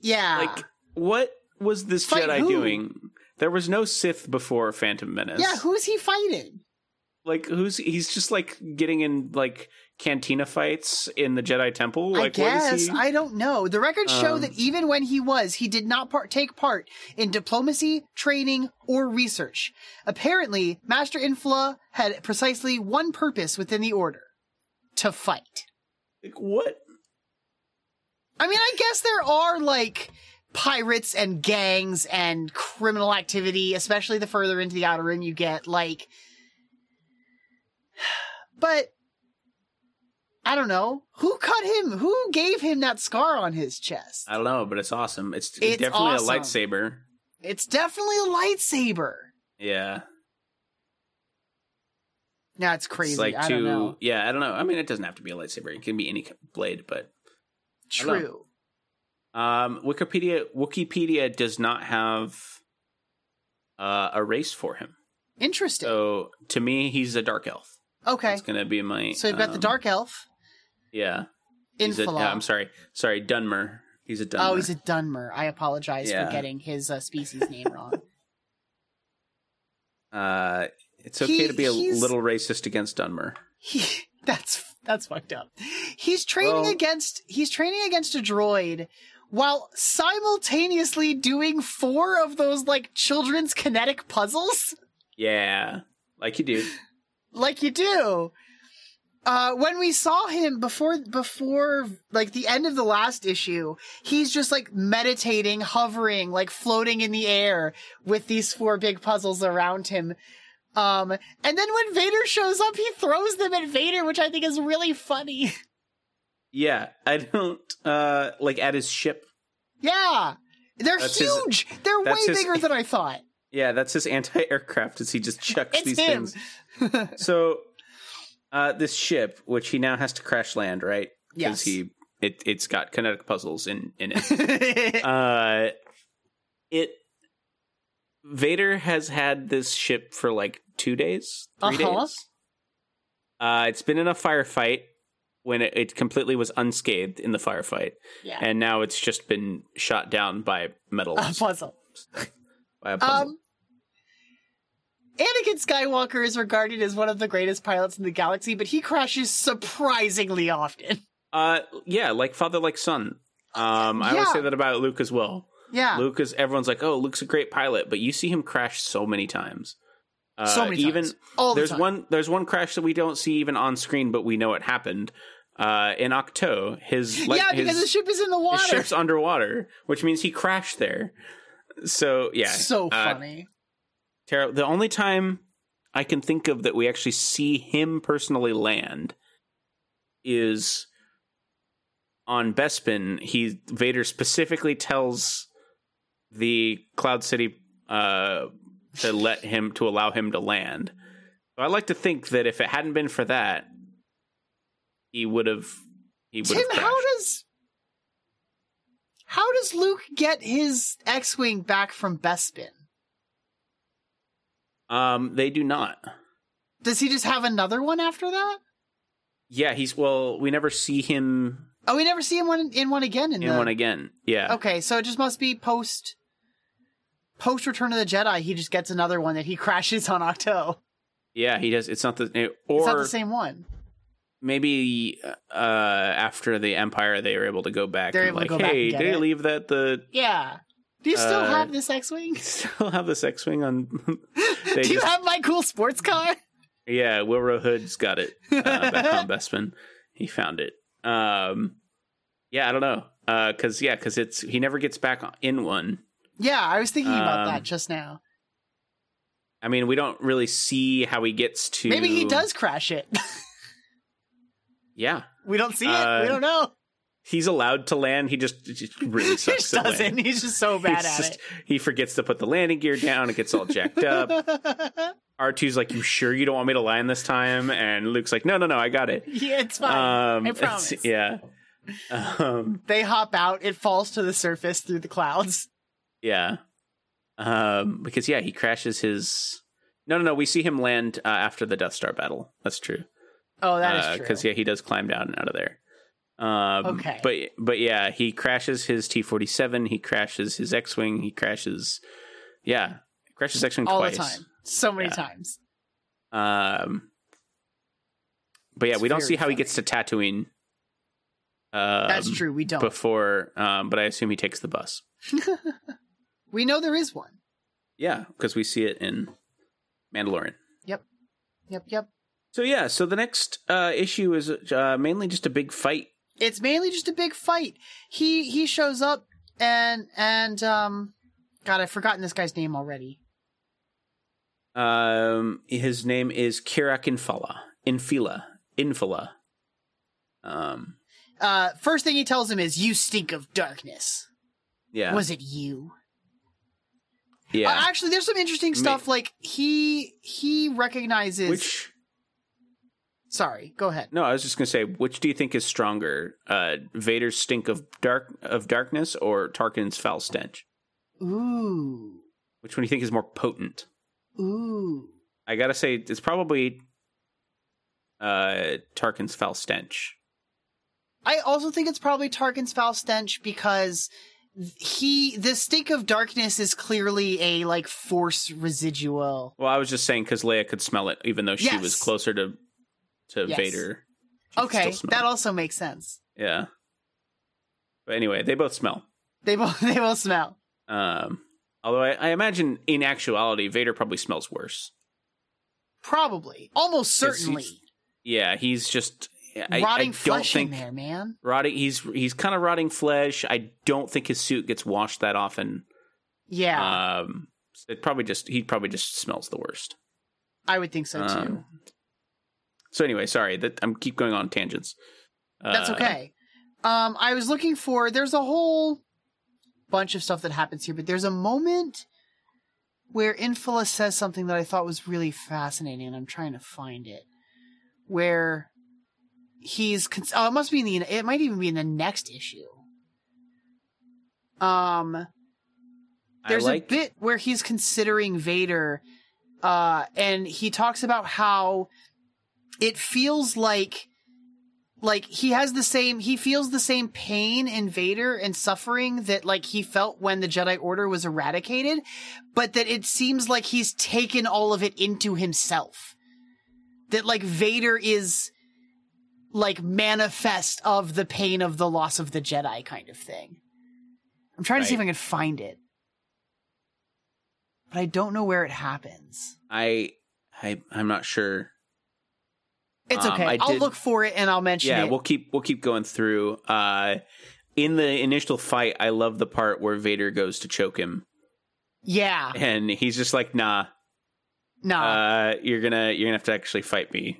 C: yeah.
B: Like, what was this
C: Uh. Fight
B: Jedi
C: who?
B: doing? There was no Sith before Phantom Menace.
C: yeah, who is he fighting?
B: like who's he's just like getting in like cantina fights in the Jedi Temple.
C: I
B: Like,
C: guess
B: what is he?
C: I don't know. The records show
B: Um,
C: that even when he was, he did not part- take part in diplomacy, training, or research. Apparently, Master Infla had precisely one purpose within the order: to fight.
B: Like, what?
C: I mean, I guess there are like pirates and gangs and criminal activity, especially the further into the outer rim you get. Like, but I don't know who cut him. Who gave him that scar on his chest?
B: I don't know, but it's awesome. It's,
C: It's
B: definitely
C: awesome.
B: a lightsaber.
C: It's definitely a lightsaber.
B: Yeah,
C: Now it's crazy.
B: it's like
C: I
B: two.
C: don't know.
B: Yeah, I don't know. I mean, it doesn't have to be a lightsaber. It can be any kind of blade. But I don't know.
C: True.
B: um, Wikipedia Wikipedia does not have uh, a race for him.
C: Interesting.
B: So to me, he's a dark elf.
C: okay.
B: It's gonna be my.
C: So we've got the
B: um,
C: dark elf.
B: Yeah, he's a,
C: Infilon.
B: yeah, I'm sorry, sorry, Dunmer. He's a Dunmer.
C: Oh, he's a Dunmer. I apologize
B: Yeah.
C: for getting his uh, species name wrong.
B: Uh, it's okay
C: He-
B: to be a
C: he's-
B: little racist against Dunmer.
C: he that's that's fucked up. He's training
B: Well-
C: against he's training against a droid while simultaneously doing four of those like children's kinetic puzzles
B: Yeah, like you do.
C: like you do. Uh, when we saw him before, before like the end of the last issue, he's just like meditating, hovering, like floating in the air with these four big puzzles around him. Um, and then when Vader shows up, he throws them at Vader, which I think is really funny.
B: Yeah, I don't uh like at his ship.
C: yeah, they're
B: That's his-
C: huge. they're way
B: that's his-
C: bigger than I thought.
B: Yeah, that's his anti-aircraft as he just chucks
C: It's
B: these
C: him.
B: things. So uh this ship which he now has to crash land, right?
C: Yes.
B: he it it's got kinetic puzzles in in it.
C: yeah.
B: uh it Vader has had this ship for like 2 days, 3
C: Uh-huh.
B: days. Uh it's been in a firefight when it, it completely was unscathed in the firefight and now it's just been shot down by metal
C: A puzzle.
B: by a puzzle.
C: Um, Anakin Skywalker is regarded as one of the greatest pilots in the galaxy, but he crashes surprisingly often.
B: Uh, yeah, like father, like son. Um, I always
C: Yeah.
B: say that about Luke as well.
C: Yeah.
B: Luke is everyone's like, oh, Luke's a great pilot, but you see him crash so many times. Uh,
C: so many
B: even,
C: times. All
B: there's
C: the time.
B: one there's one crash that we don't see even on screen, but we know it happened. Uh, in Octo, his like,
C: yeah, because
B: his,
C: the ship is in the
B: his
C: water.
B: ship's underwater, which means he crashed there. So yeah,
C: so
B: uh,
C: funny.
B: Tara, the only time I can think of that we actually see him personally land is on Bespin. He Vader specifically tells the Cloud City uh, to let him to allow him to land. So I like to think that if it hadn't been for that, he would have. He would
C: Tim,
B: have.
C: how
B: crashed.
C: does how does Luke get his X-wing back from Bespin?
B: um, they do not.
C: Does he just have another one after that?
B: Yeah, he's well. We never see him
C: Oh, we never see him one in one again. In,
B: in
C: the...
B: one again. Yeah.
C: Okay, so it just must be post post Return of the Jedi. He just gets another one that he crashes on Octo.
B: Yeah, he does. It's not the it- or
C: it's not the same one.
B: maybe uh, after the Empire they were able to go back.
C: They're
B: and
C: able to
B: like,
C: go back
B: hey,
C: and get
B: did
C: it."
B: you leave that the
C: Yeah. Do you still
B: Uh,
C: have this X-wing?
B: still have this X wing on? they
C: Do you
B: just,
C: have my cool sports car?
B: yeah, Wilro Hood's got it uh, back on Bestman. He found it. Um, yeah, I don't know because yeah, because it's he never gets back in one.
C: Yeah, I was thinking about
B: Um,
C: that just now.
B: I mean, we don't really see how he gets to.
C: Maybe he does crash it.
B: Yeah,
C: we don't see it.
B: Uh,
C: We don't know.
B: he's allowed to land. He just, it just really
C: He
B: sucks.
C: just
B: at
C: doesn't.
B: landing.
C: He's just so
B: He's
C: bad at
B: just- He forgets to put the landing gear down. It gets all jacked up.
C: it.
B: R2's like, You sure you don't want me to land this time? And Luke's like, No, no, no, I got it.
C: yeah, it's fine.
B: Um,
C: I
B: it's-
C: promise.
B: Yeah. Um,
C: They hop out. It falls to the surface through the clouds.
B: yeah. Um, because, yeah, he crashes his. No, no, no. We see him land uh, after the Death Star battle. That's true.
C: Oh, that is true.
B: Because, yeah, Uh, he does climb down and out of there. Um,
C: Okay.
B: But, but yeah, he crashes his T 47. He crashes his X Wing. He crashes. Yeah. Crashes X Wing
C: All
B: twice.
C: the time. So many
B: Yeah.
C: times.
B: Um, but yeah,
C: It's
B: we don't
C: very
B: see how he
C: funny.
B: gets to Tatooine. Um,
C: That's true. We don't.
B: Before, um, but I assume he takes the bus.
C: we know there is one.
B: Yeah, because we see it in Mandalorian.
C: Yep, yep.
B: So yeah, so the next uh, issue is uh, mainly just a big fight.
C: It's mainly just a big fight. He he shows up and and um God, I've forgotten this guy's name already.
B: Um, his name is Kirak Infala, Infila, Infila. Um,
C: Uh first thing he tells him is you stink of darkness.
B: yeah,
C: Was it you?
B: yeah.
C: Uh, actually there's some interesting stuff like he he recognizes
B: Which
C: Sorry, go ahead.
B: No, I was just gonna say, which do you think is stronger, uh, Vader's stink of dark of darkness or Tarkin's foul stench?
C: Ooh.
B: Which one do you think is more potent?
C: Ooh.
B: I gotta say, it's probably uh, Tarkin's foul stench.
C: I also think it's probably Tarkin's foul stench because he the stink of darkness is clearly a like force residual.
B: Well, I was just saying because Leia could smell it, even though she was
C: Yes.
B: closer to to
C: Yes.
B: Vader. She could
C: Okay,
B: still smell
C: that
B: it.
C: also makes sense.
B: yeah. But anyway, they both smell.
C: They both they both smell.
B: Um, although I, I imagine in actuality, Vader probably smells worse.
C: Probably. Almost
B: Yes, he's-
C: certainly.
B: yeah, he's just I, I
C: rotting
B: don't
C: flesh
B: think
C: in there, man.
B: rotting. He's he's kind of rotting flesh. I don't think his suit gets washed that often.
C: Yeah,
B: Um, it probably just he probably just smells the worst.
C: I would think so too.
B: um, So anyway, sorry that I'm keep going on tangents.
C: That's
B: Uh,
C: okay. Um, I was looking for. There's a whole bunch of stuff that happens here, but there's a moment where Infila says something that I thought was really fascinating, and I'm trying to find it. Where he's cons- oh, it must be in the. It might even be in the next issue. Um, there's
B: I like
C: a bit where he's considering Vader, uh, and he talks about how it feels like like he has the same he feels the same pain in Vader and suffering that like he felt when the Jedi Order was eradicated, but that it seems like he's taken all of it into himself. That like Vader is like manifest of the pain of the loss of the Jedi kind of thing. I'm trying to see if
B: Right.
C: I can find it but I don't know where it happens.
B: I I I'm not sure.
C: It's
B: Um,
C: okay.
B: I
C: I'll
B: did-
C: look for it and I'll mention
B: yeah
C: it.
B: we'll keep we'll keep going through uh in the initial fight i love the part where vader goes to choke him
C: yeah.
B: and he's just like nah
C: No.
B: uh you're gonna you're gonna have to actually fight me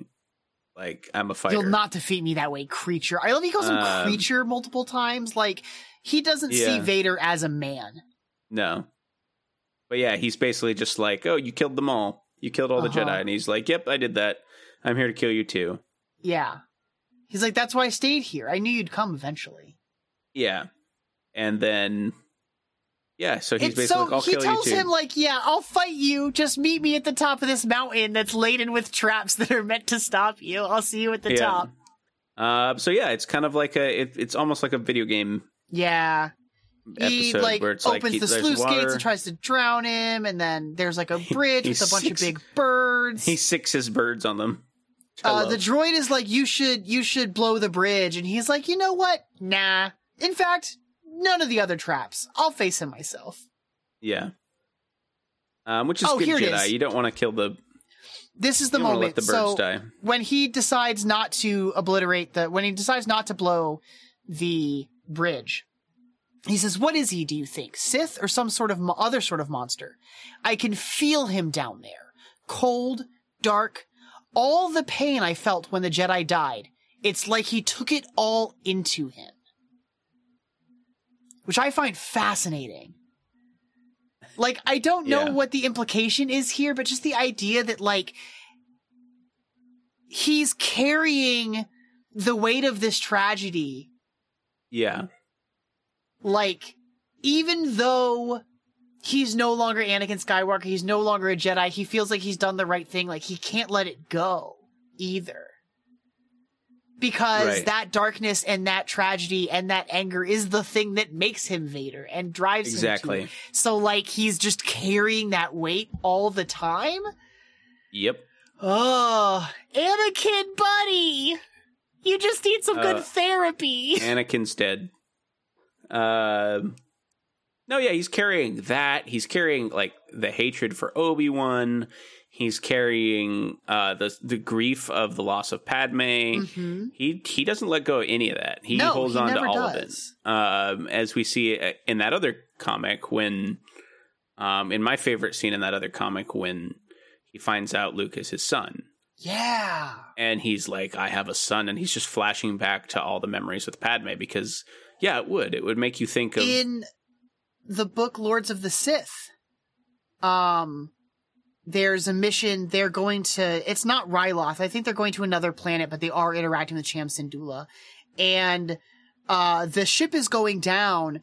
B: like i'm a fighter
C: You'll not defeat me that way, creature. I love he calls him
B: Um,
C: creature multiple times. Like he doesn't see
B: Yeah.
C: Vader as a man.
B: no but yeah he's basically just like oh you killed them all you killed all the
C: Uh-huh.
B: jedi and he's like yep i did that i'm here to kill you too
C: Yeah. He's like, that's why I stayed here. I knew you'd come eventually.
B: yeah and then yeah so he's
C: it's
B: basically
C: so
B: like i'll
C: he
B: kill
C: tells
B: you too
C: him like, yeah, I'll fight you. Just meet me at the top of this mountain that's laden with traps that are meant to stop you. I'll see you at the
B: Yeah.
C: top.
B: uh, so yeah it's kind of like a it, it's almost like a video game
C: Yeah. he
B: episode
C: like
B: where it's
C: opens
B: like he-
C: the
B: there's
C: sluice gates
B: water.
C: and tries to drown him, and then there's like a bridge with a
B: he's
C: bunch
B: six-
C: of big birds.
B: he sicks his birds on them. which I
C: uh, the
B: love.
C: droid is like, "You should, you should blow the bridge," and he's like, "You know what? Nah. In fact, none of the other traps. I'll face him myself."
B: yeah, um, which is
C: Oh,
B: good
C: here it
B: Jedi.
C: is.
B: You don't want to kill the
C: This is
B: you
C: the
B: don't wanna
C: moment.
B: Let the birds
C: so
B: die.
C: when he decides not to obliterate the, when he decides not to blow the bridge, he says, "What is he? Do you think Sith or some sort of mo- other sort of monster? I can feel him down there, cold, dark, all the pain I felt when the Jedi died. It's like he took it all into him." Which I find fascinating. Like, I don't know
B: Yeah.
C: what the implication is here, but just the idea that, like, he's carrying the weight of this tragedy
B: Yeah,
C: like even though he's no longer Anakin Skywalker, he's no longer a Jedi, he feels like he's done the right thing, like he can't let it go either. Because
B: Right.
C: that darkness and that tragedy and that anger is the thing that makes him Vader and drives him to.
B: exactly.
C: it. So like he's just carrying that weight all the time.
B: Yep.
C: Oh, Anakin buddy. You just need some
B: Uh,
C: good therapy.
B: Anakin's dead. Um, no, yeah, he's carrying that. He's carrying like the hatred for Obi Wan. He's carrying uh, the the grief of the loss of Padme.
C: Mhm.
B: He he doesn't let go of any of that. He
C: No,
B: holds
C: he
B: on
C: never
B: to all of it.
C: does.
B: Um, as we see uh, in that other comic, when um, in my favorite scene in that other comic, when he finds out Luke is his son,
C: Yeah.
B: and he's like, "I have a son," and he's just flashing back to all the memories with Padme because, yeah, it would it would make you think of
C: in the book Lords of the Sith, um, there's a mission. They're going to. It's not Ryloth. I think they're going to another planet, but they are interacting with Cham Syndulla, and uh, the ship is going down,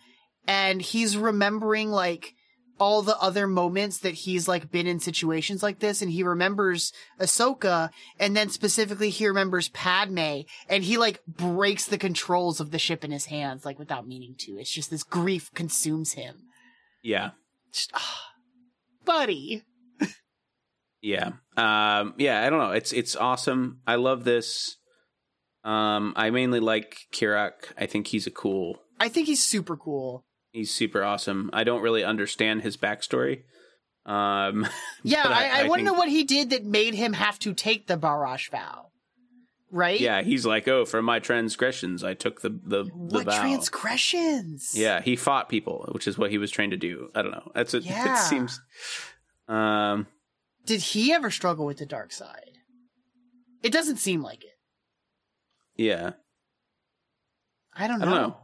C: and he's remembering like all the other moments that he's like been in situations like this, and he remembers Ahsoka, and then specifically he remembers Padme, and he like breaks the controls of the ship in his hands, like without meaning to. It's just this grief consumes him.
B: yeah,
C: Just, ah, buddy.
B: yeah, um, yeah. I don't know. It's it's awesome. I love this. Um, I mainly like Kirak. I think he's a cool
C: I think he's super cool.
B: he's super awesome. I don't really understand his backstory. Um,
C: Yeah,
B: But I-
C: I, I,
B: I
C: want to know
B: think-
C: what he did that made him have to take the Barash vow. right?
B: Yeah, he's like, "Oh, for my transgressions, I took the the, the
C: What
B: vow."
C: transgressions?
B: yeah, he fought people, which is what he was trained to do. I don't know. That's what
C: Yeah.
B: it seems. Um,
C: Did he ever struggle with the dark side? It doesn't seem like it.
B: yeah.
C: I don't
B: I
C: know.
B: don't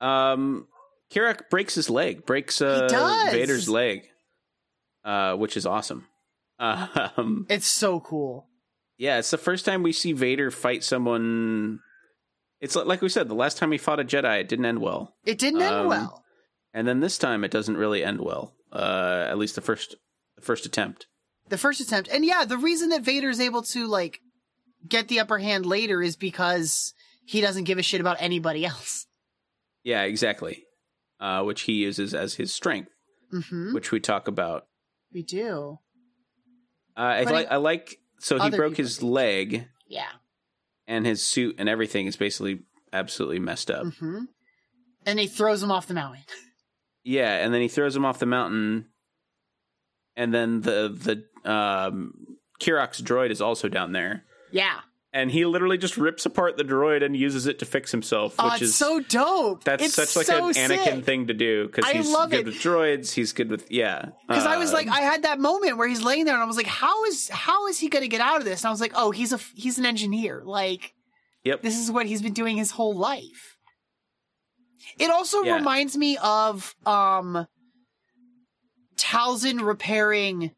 B: know. Um, Kirak breaks his leg, breaks uh,
C: does.
B: Vader's leg, uh, which is awesome. Um,
C: It's so cool.
B: yeah, it's the first time we see Vader fight someone. It's li- like we said, the last time he fought a Jedi, it didn't end well,
C: It didn't end
B: Um,
C: well.
B: and then this time it doesn't really end well. Uh, at least the first, the first attempt.
C: The first attempt. And yeah, the reason that Vader's able to like get the upper hand later is because he doesn't give a shit about anybody else.
B: Yeah, exactly. Uh, which he uses as his strength,
C: Mhm.
B: which we talk about
C: We do.
B: Uh, I,
C: But
B: like,
C: it-
B: I like. So he
C: other
B: broke
C: people
B: his
C: do.
B: leg,
C: Yeah.
B: and his suit and everything is basically absolutely messed up.
C: Mhm. And he throws him off the mountain.
B: Yeah, and then he throws him off the mountain, and then the the um, Kirok's droid is also down there,
C: Yeah.
B: and he literally just rips apart the droid and uses it to fix himself,
C: Oh,
B: which
C: it's
B: is
C: so dope.
B: that's
C: It's
B: such like
C: so
B: an Anakin
C: sick.
B: thing to do because
C: I
B: he's
C: love
B: good
C: it.
B: with droids. He's good with yeah.
C: Because I was
B: Uh,
C: like, I had that moment where he's laying there, and I was like, "How is how is he going to get out of this?" And I was like, "Oh, he's a he's an engineer. Like,
B: Yep.
C: this is what he's been doing his whole life." It also
B: Yeah.
C: reminds me of um, Talzin repairing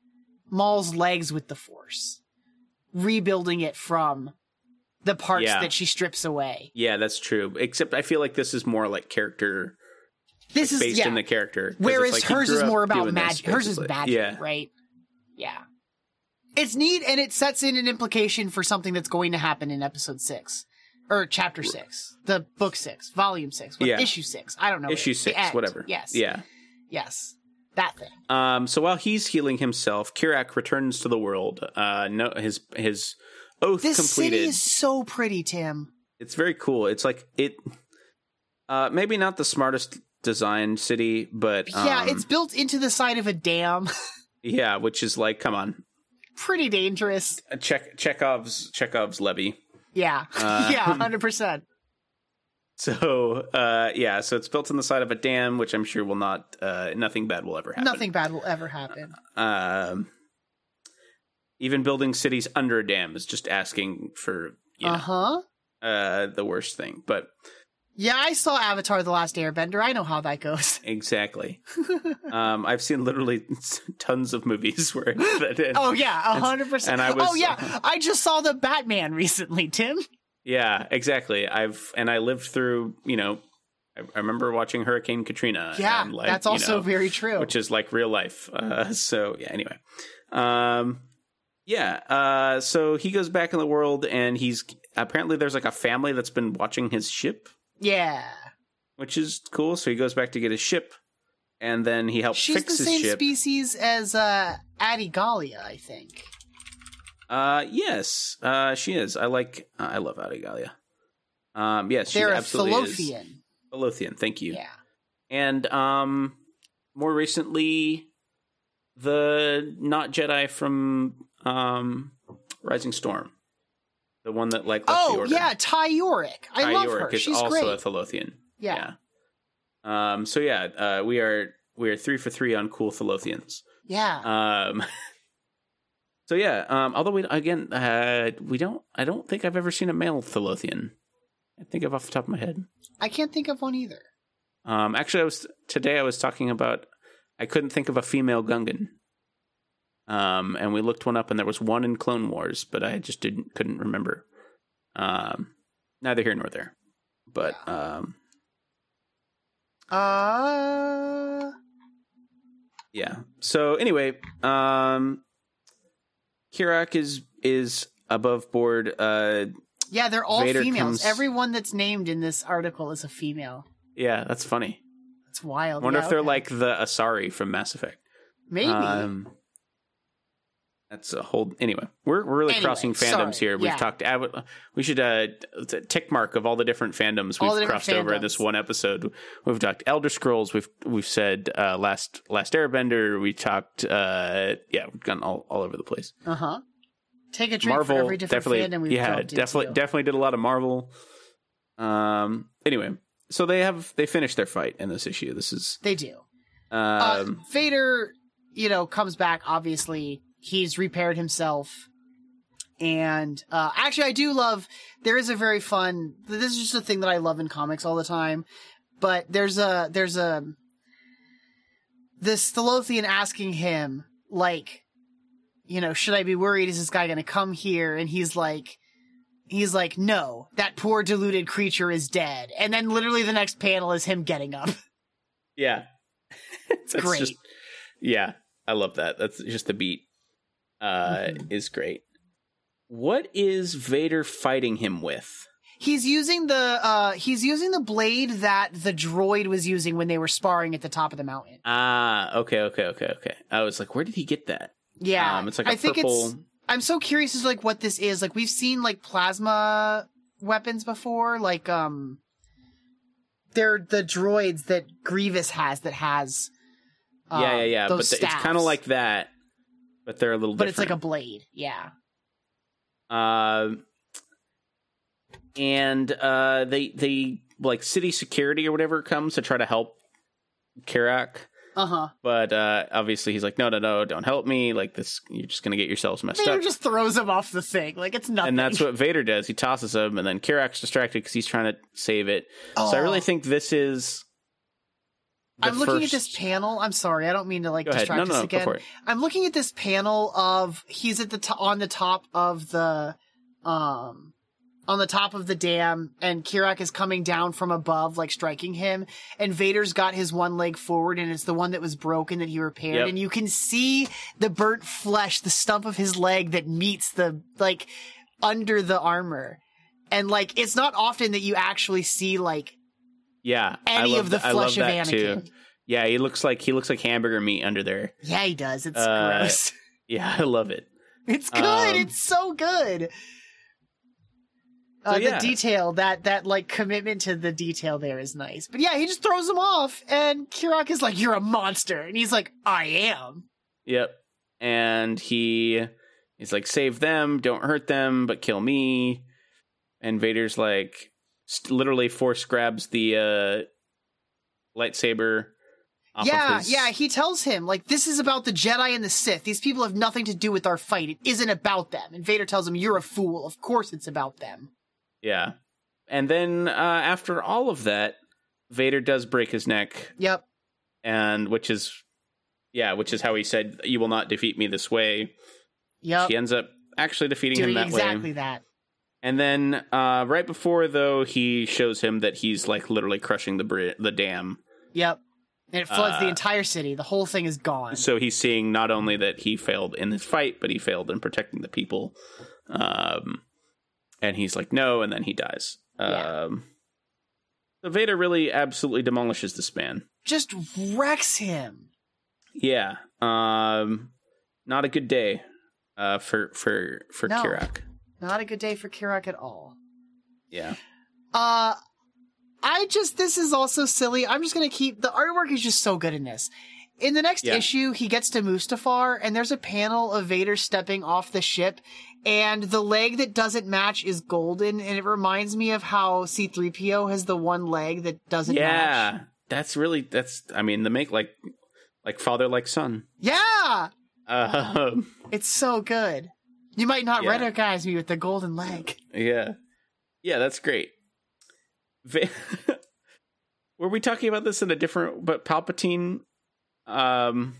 C: Maul's legs with the Force, rebuilding it from the parts
B: Yeah.
C: that she strips away.
B: yeah, that's true. Except I feel like this is more like character
C: This is
B: based
C: yeah.
B: in the character. 'cause
C: Whereas
B: it's like he
C: hers
B: grew
C: is
B: up
C: more about
B: doing this,
C: magic. Hers is
B: basically.
C: magic,
B: Yeah.
C: right? Yeah. It's neat and it sets in an implication for something that's going to happen in episode six or chapter six, the book six, volume six, what,
B: Yeah.
C: issue six. I don't know. what it
B: issue
C: is, the
B: six,
C: end.
B: whatever.
C: Yes.
B: Yeah.
C: Yes. That thing.
B: Um, so while he's healing himself, Kirak returns to the world. Uh, no, his his oath
C: This
B: completed.
C: city is so pretty, Tim.
B: It's very cool. It's like it. Uh, maybe not the smartest designed city, but
C: yeah,
B: um,
C: it's built into the side of a dam.
B: yeah, which is like, come on,
C: pretty dangerous.
B: Uh, check Chekhov's Chekhov's levy.
C: Yeah.
B: Uh,
C: yeah, 100%.
B: So uh, yeah, so it's built on the side of a dam, which I'm sure will not. Uh, nothing bad will ever happen.
C: Nothing bad will ever happen.
B: Um, even building cities under a dam is just asking for you know,
C: Uh huh.
B: uh, the worst thing. But
C: Yeah, I saw Avatar The Last Airbender. I know how that goes.
B: exactly, um, I've seen literally tons of movies where that is.
C: Oh yeah, a hundred percent.
B: and I was- uh,
C: oh yeah, I just saw the Batman recently, Tim.
B: yeah, exactly. I've and I lived through you know. I I remember watching Hurricane Katrina.
C: Yeah,
B: and, like,
C: that's
B: you
C: also
B: know,
C: very true.
B: which is like real life. Uh, so yeah, anyway. Um yeah, uh so he goes back in the world and he's apparently there's like a family that's been watching his ship,
C: yeah,
B: which is cool. So he goes back to get his ship and then he helps
C: she's
B: fix
C: the
B: his
C: same
B: ship.
C: species as uh, Adigalia, I think.
B: uh yes, uh she is. I like uh, I love Adigalia. Um yes, she
C: They're a
B: absolutely is.
C: Philophian.
B: Philothian, thank you.
C: Yeah,
B: And um more recently the not Jedi from um Rising Storm. The one that like left the
C: Oh
B: order.
C: yeah, Tyoric. I love her.
B: Ioric is
C: She's
B: also
C: great.
B: a Thalothian.
C: yeah.
B: Yeah. Um so yeah, uh we are we are 3 for 3 on cool Thalothians.
C: yeah,
B: Um So yeah, um although we again uh we don't I don't think I've ever seen a male Thalothian. I think of off the top of my head.
C: I can't think of one either.
B: Um, actually, I was today. I was talking about. I couldn't think of a female Gungan. Um, and we looked one up, and there was one in Clone Wars, but I just didn't couldn't remember. Um, neither here nor there. But um,
C: Uh,
B: yeah. So anyway, um, Kirak is is above board. Uh,
C: yeah, they're all
B: Vader
C: females.
B: comes-
C: Everyone that's named in this article is a female.
B: yeah, that's funny.
C: That's wild.
B: I wonder
C: Oh, Yeah,
B: if they're
C: okay.
B: like the Asari from Mass Effect.
C: maybe.
B: Um, that's a whole. Anyway, we're we're really
C: Anyway,
B: crossing fandoms
C: sorry,
B: here. We've
C: yeah.
B: talked. av- We should uh, t- tick mark of all the different fandoms
C: All
B: we've
C: the different
B: crossed over in this
C: fandoms.
B: one episode. We've talked Elder Scrolls. We've we've said uh, last last Airbender. We talked. Uh, yeah, we've gone all all over the place.
C: uh huh. Take a drink
B: Marvel
C: for every different
B: definitely,
C: fandom we've
B: yeah,
C: jumped
B: definitely,
C: into.
B: definitely did a lot of Marvel. Um. Anyway, so they have they finished their fight in this issue. This is
C: they do.
B: um.
C: Uh, Vader, you know, comes back. Obviously, he's repaired himself. And uh, actually, I do love. There is a very fun. This is just a thing that I love in comics all the time. But there's a there's a this Thalothian asking him like, you know, should I be worried? Is this guy going to come here? And he's like, he's like, no, that poor deluded creature is dead. And then literally the next panel is him getting up.
B: yeah. it's
C: great.
B: yeah, I love that. That's just the beat. Uh,
C: Mhm.
B: is great. What is Vader fighting him with?
C: He's using the uh he's using the blade that the droid was using when they were sparring at the top of the mountain.
B: Ah, okay, okay, okay, okay. I was like, where did he get that?
C: Yeah.
B: um, it's like a
C: I think
B: purple.
C: it's I'm so curious as to like what this is. Like we've seen like plasma weapons before, like um they're the droids that Grievous has that has um,
B: yeah, yeah, yeah. But
C: those
B: the, it's kind
C: staffs.
B: of like that, but they're a little.
C: but it's like a
B: different.
C: blade. Yeah.
B: Um, and uh, they they like city security or whatever comes to try to help Karak,
C: Uh-huh.
B: but uh, obviously he's like, no, no, no, don't help me. Like this, you're just gonna get yourselves messed
C: Vader
B: up.
C: just throws him off the thing. Like it's nothing.
B: and that's what Vader does. He tosses him, and then Karak's distracted because he's trying to save it. So I
C: Oh.
B: really think this is. the
C: I'm looking at
B: first-
C: this panel. I'm sorry, I don't mean to like
B: Go ahead.
C: distract
B: No, no,
C: us
B: no, go
C: again.
B: for it.
C: I'm looking at this panel of he's at the to- on the top of the um on the top of the dam and Kirak is coming down from above like striking him and Vader's got his one leg forward and it's the one that was broken that he repaired
B: Yep.
C: and you can see the burnt flesh the stump of his leg that meets the like under the armor and like it's not often that you actually see like
B: Yeah, I
C: any
B: love
C: of the
B: th- I love
C: flesh of
B: that
C: Anakin.
B: Too. Yeah, he looks like he looks like hamburger meat under there.
C: Yeah, he does. It's
B: Uh,
C: gross.
B: Yeah, I love it.
C: It's good.
B: Um,
C: it's so good. Uh,
B: So, yeah.
C: The detail that that like commitment to the detail there is nice. But yeah, he just throws him off, and Kirak is like, "You're a monster," and he's like, "I am."
B: Yep. And he he's like, save them, don't hurt them, but kill me. And Vader's like, st- literally force grabs the uh, lightsaber. Off
C: yeah,
B: of his,
C: yeah. He tells him like, "This is about the Jedi and the Sith. These people have nothing to do with our fight. It isn't about them." And Vader tells him, "You're a fool. Of course it's about them."
B: yeah. And then uh, after all of that, Vader does break his neck,
C: Yep.
B: and which is, yeah, which is how he said, "You will not defeat me this way."
C: Yep.
B: She ends up actually defeating him
C: Doing
B: that way.
C: exactly that.
B: And then uh, right before though, he shows him that he's like literally crushing the bri- the dam.
C: Yep. And it floods
B: Uh,
C: the entire city. The whole thing is gone.
B: So he's seeing not only that he failed in this fight, but he failed in protecting the people. Um, and he's like, no, and then he dies.
C: Yeah.
B: Um, so Vader really absolutely demolishes this man.
C: just wrecks him.
B: Yeah. Um, not a good day uh, for for for
C: No.
B: Kirak.
C: Not a good day for Kirak at all.
B: Yeah.
C: Uh I just this is also silly. I'm just gonna keep the artwork is just so good in this. In the next
B: Yeah.
C: issue, he gets to Mustafar, and there's a panel of Vader stepping off the ship, and the leg that doesn't match is golden, and it reminds me of how C3PO has the one leg that doesn't match.
B: Yeah. That's really that's I mean the make like like father like son.
C: Yeah!
B: Um,
C: It's so good. You might not
B: Yeah.
C: recognize me with the golden leg.
B: Yeah. Yeah, that's great. Va- Were we talking about this in a different but Palpatine um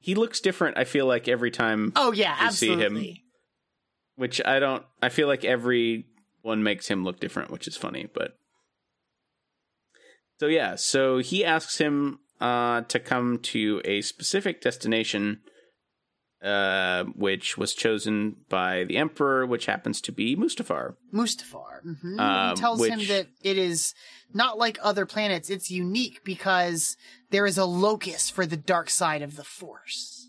B: he looks different I feel like every time
C: Oh yeah,
B: You see him.
C: absolutely.
B: which I don't I feel like every one makes him look different, which is funny, but So yeah, so he asks him uh to come to a specific destination uh which was chosen by the emperor, which happens to be Mustafar.
C: Mustafar. hmm
B: Um,
C: he tells him
B: which-
C: that it is not like other planets. It's unique because there is a locus for the dark side of the Force.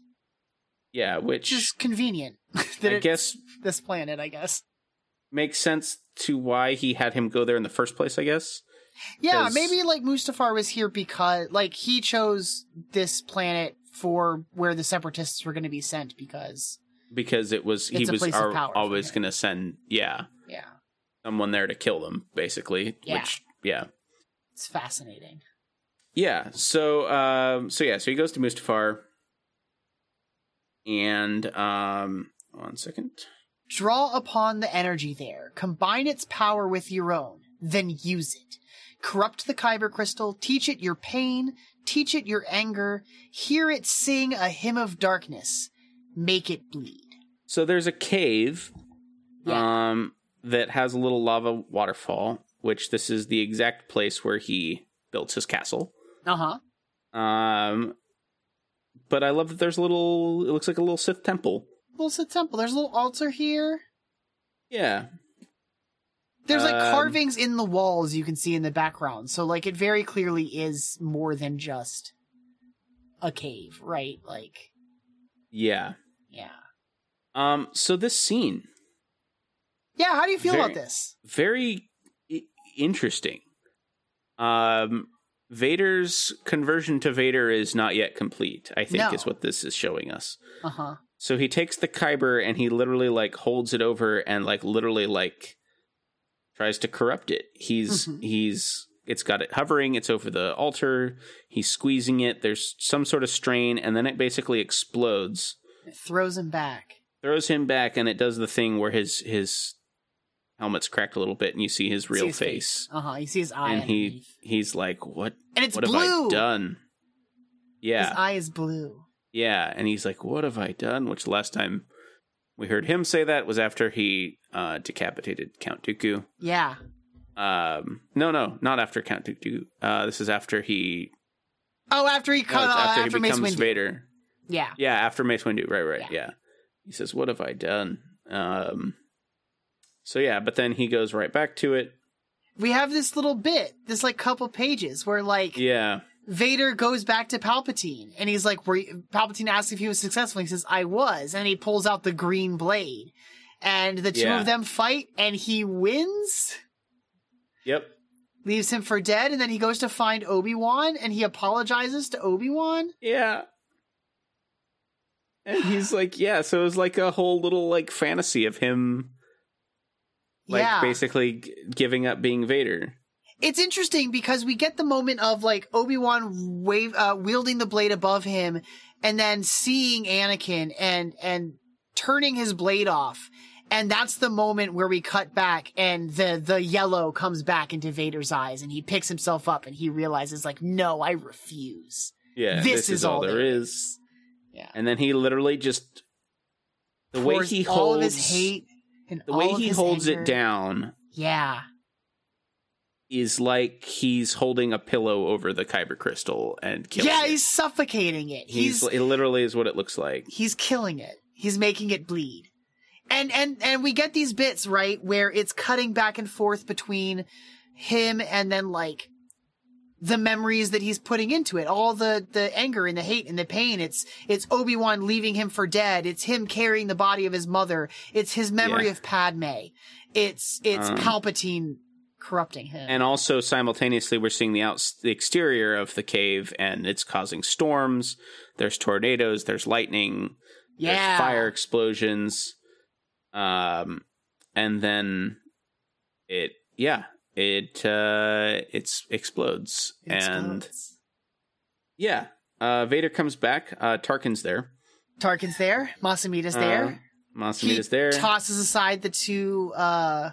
B: Yeah, which
C: Which is convenient that
B: I
C: it's
B: guess
C: this planet, I guess.
B: makes sense to why he had him go there in the first place, I guess.
C: Yeah,
B: 'Cause-
C: maybe like Mustafar was here because, like, he chose this planet for where the Separatists were going to be sent because
B: because it was he
C: It's a
B: was
C: place of
B: al-
C: power for
B: always
C: him.
B: going to send yeah
C: Yeah.
B: someone there to kill them basically.
C: Yeah.
B: Which yeah
C: It's fascinating.
B: yeah. So um so yeah so he goes to Mustafar and um one second
C: Draw upon the energy there, combine its power with your own, then use it. Corrupt the Kyber crystal, teach it your pain, teach it your anger, hear it sing a hymn of darkness, make it bleed.
B: so there's a cave
C: Yeah.
B: um that has a little lava waterfall which this is the exact place where he built his castle
C: Uh huh.
B: Uh-huh. Um, but I love that there's a little. It looks like a little Sith temple.
C: Well, it's a temple. There's a little altar here.
B: Yeah,
C: There's like
B: Um,
C: carvings in the walls you can see in the background. So like it very clearly is more than just a cave, right? Like,
B: yeah.
C: yeah.
B: Um, so this scene
C: Yeah, how do you feel
B: Very-
C: about this?
B: very I- interesting. Um, Vader's conversion to Vader is not yet complete. I think
C: No.
B: is what this is showing us.
C: Uh-huh.
B: So he takes the kyber and he literally like holds it over and like literally like tries to corrupt it. He's
C: Mhm.
B: he's it's got it hovering, it's over the altar, he's squeezing it, there's some sort of strain, and then it basically explodes,
C: It throws him back.
B: throws him back, and it does the thing where his his helmet's cracked a little bit and you see his real
C: See his
B: face.
C: Uh huh. You see his eye,
B: And he
C: underneath.
B: he's like, What
C: and it's
B: what have
C: blue.
B: I done? Yeah.
C: His eye is blue.
B: Yeah, and he's like, "What have I done?" Which last time we heard him say that was after he uh, decapitated Count Dooku.
C: Yeah,
B: Um, no, no, not after Count Dooku. Uh, this is after he,
C: Oh, after he
B: no,
C: cut
B: it's
C: after,
B: after,
C: uh, after
B: he
C: Mace
B: becomes
C: Windu.
B: Vader.
C: Yeah,
B: Yeah, after Mace Windu. Right, right. Yeah.
C: Yeah.
B: He says, "What have I done?" Um, so yeah, but then he goes right back to it.
C: we have this little bit, this like couple pages where like
B: Yeah,
C: Vader goes back to Palpatine, and he's like, were you, Palpatine asks if he was successful. He says, "I was," and he pulls out the green blade, and the two
B: Yeah.
C: of them fight, and he wins.
B: yep,
C: Leaves him for dead, and then he goes to find Obi Wan, and he apologizes to Obi Wan.
B: yeah. And he's like, yeah. So it was like a whole little like fantasy of him like
C: yeah,
B: basically g- giving up being Vader.
C: it's interesting because we get the moment of like Obi-Wan wave, uh, wielding the blade above him and then seeing Anakin and, and turning his blade off. And that's the moment where we cut back and the, the yellow comes back into Vader's eyes and he picks himself up and he realizes like, no, I refuse.
B: Yeah,
C: this, is, all there is.
B: And then he literally just the way
C: Pours
B: he holds
C: all of his hate and
B: the way
C: all of
B: he
C: his
B: holds
C: anger.
B: it down
C: Yeah.
B: is like he's holding a pillow over the kyber crystal and killing.
C: Yeah.
B: it.
C: He's suffocating it.
B: he's, it literally is what it looks like.
C: he's killing it. He's making it bleed. And and and we get these bits, right, where it's cutting back and forth between him and then like the memories that he's putting into it, all the the anger and the hate and the pain. It's it's Obi-Wan leaving him for dead. It's him carrying the body of his mother. It's his memory
B: Yeah.
C: of Padme. It's it's
B: Um,
C: Palpatine corrupting him.
B: And also simultaneously, we're seeing the outs the exterior of the cave, and it's causing storms. There's tornadoes. There's lightning.
C: yeah.
B: There's fire explosions. Um, and then it, yeah, it, uh, it's explodes.
C: It's
B: And
C: close.
B: yeah, uh, Vader comes back. Uh, Tarkin's there.
C: Tarkin's there, Masamida's there.
B: Uh, Masamita's there.
C: tosses aside the two uh,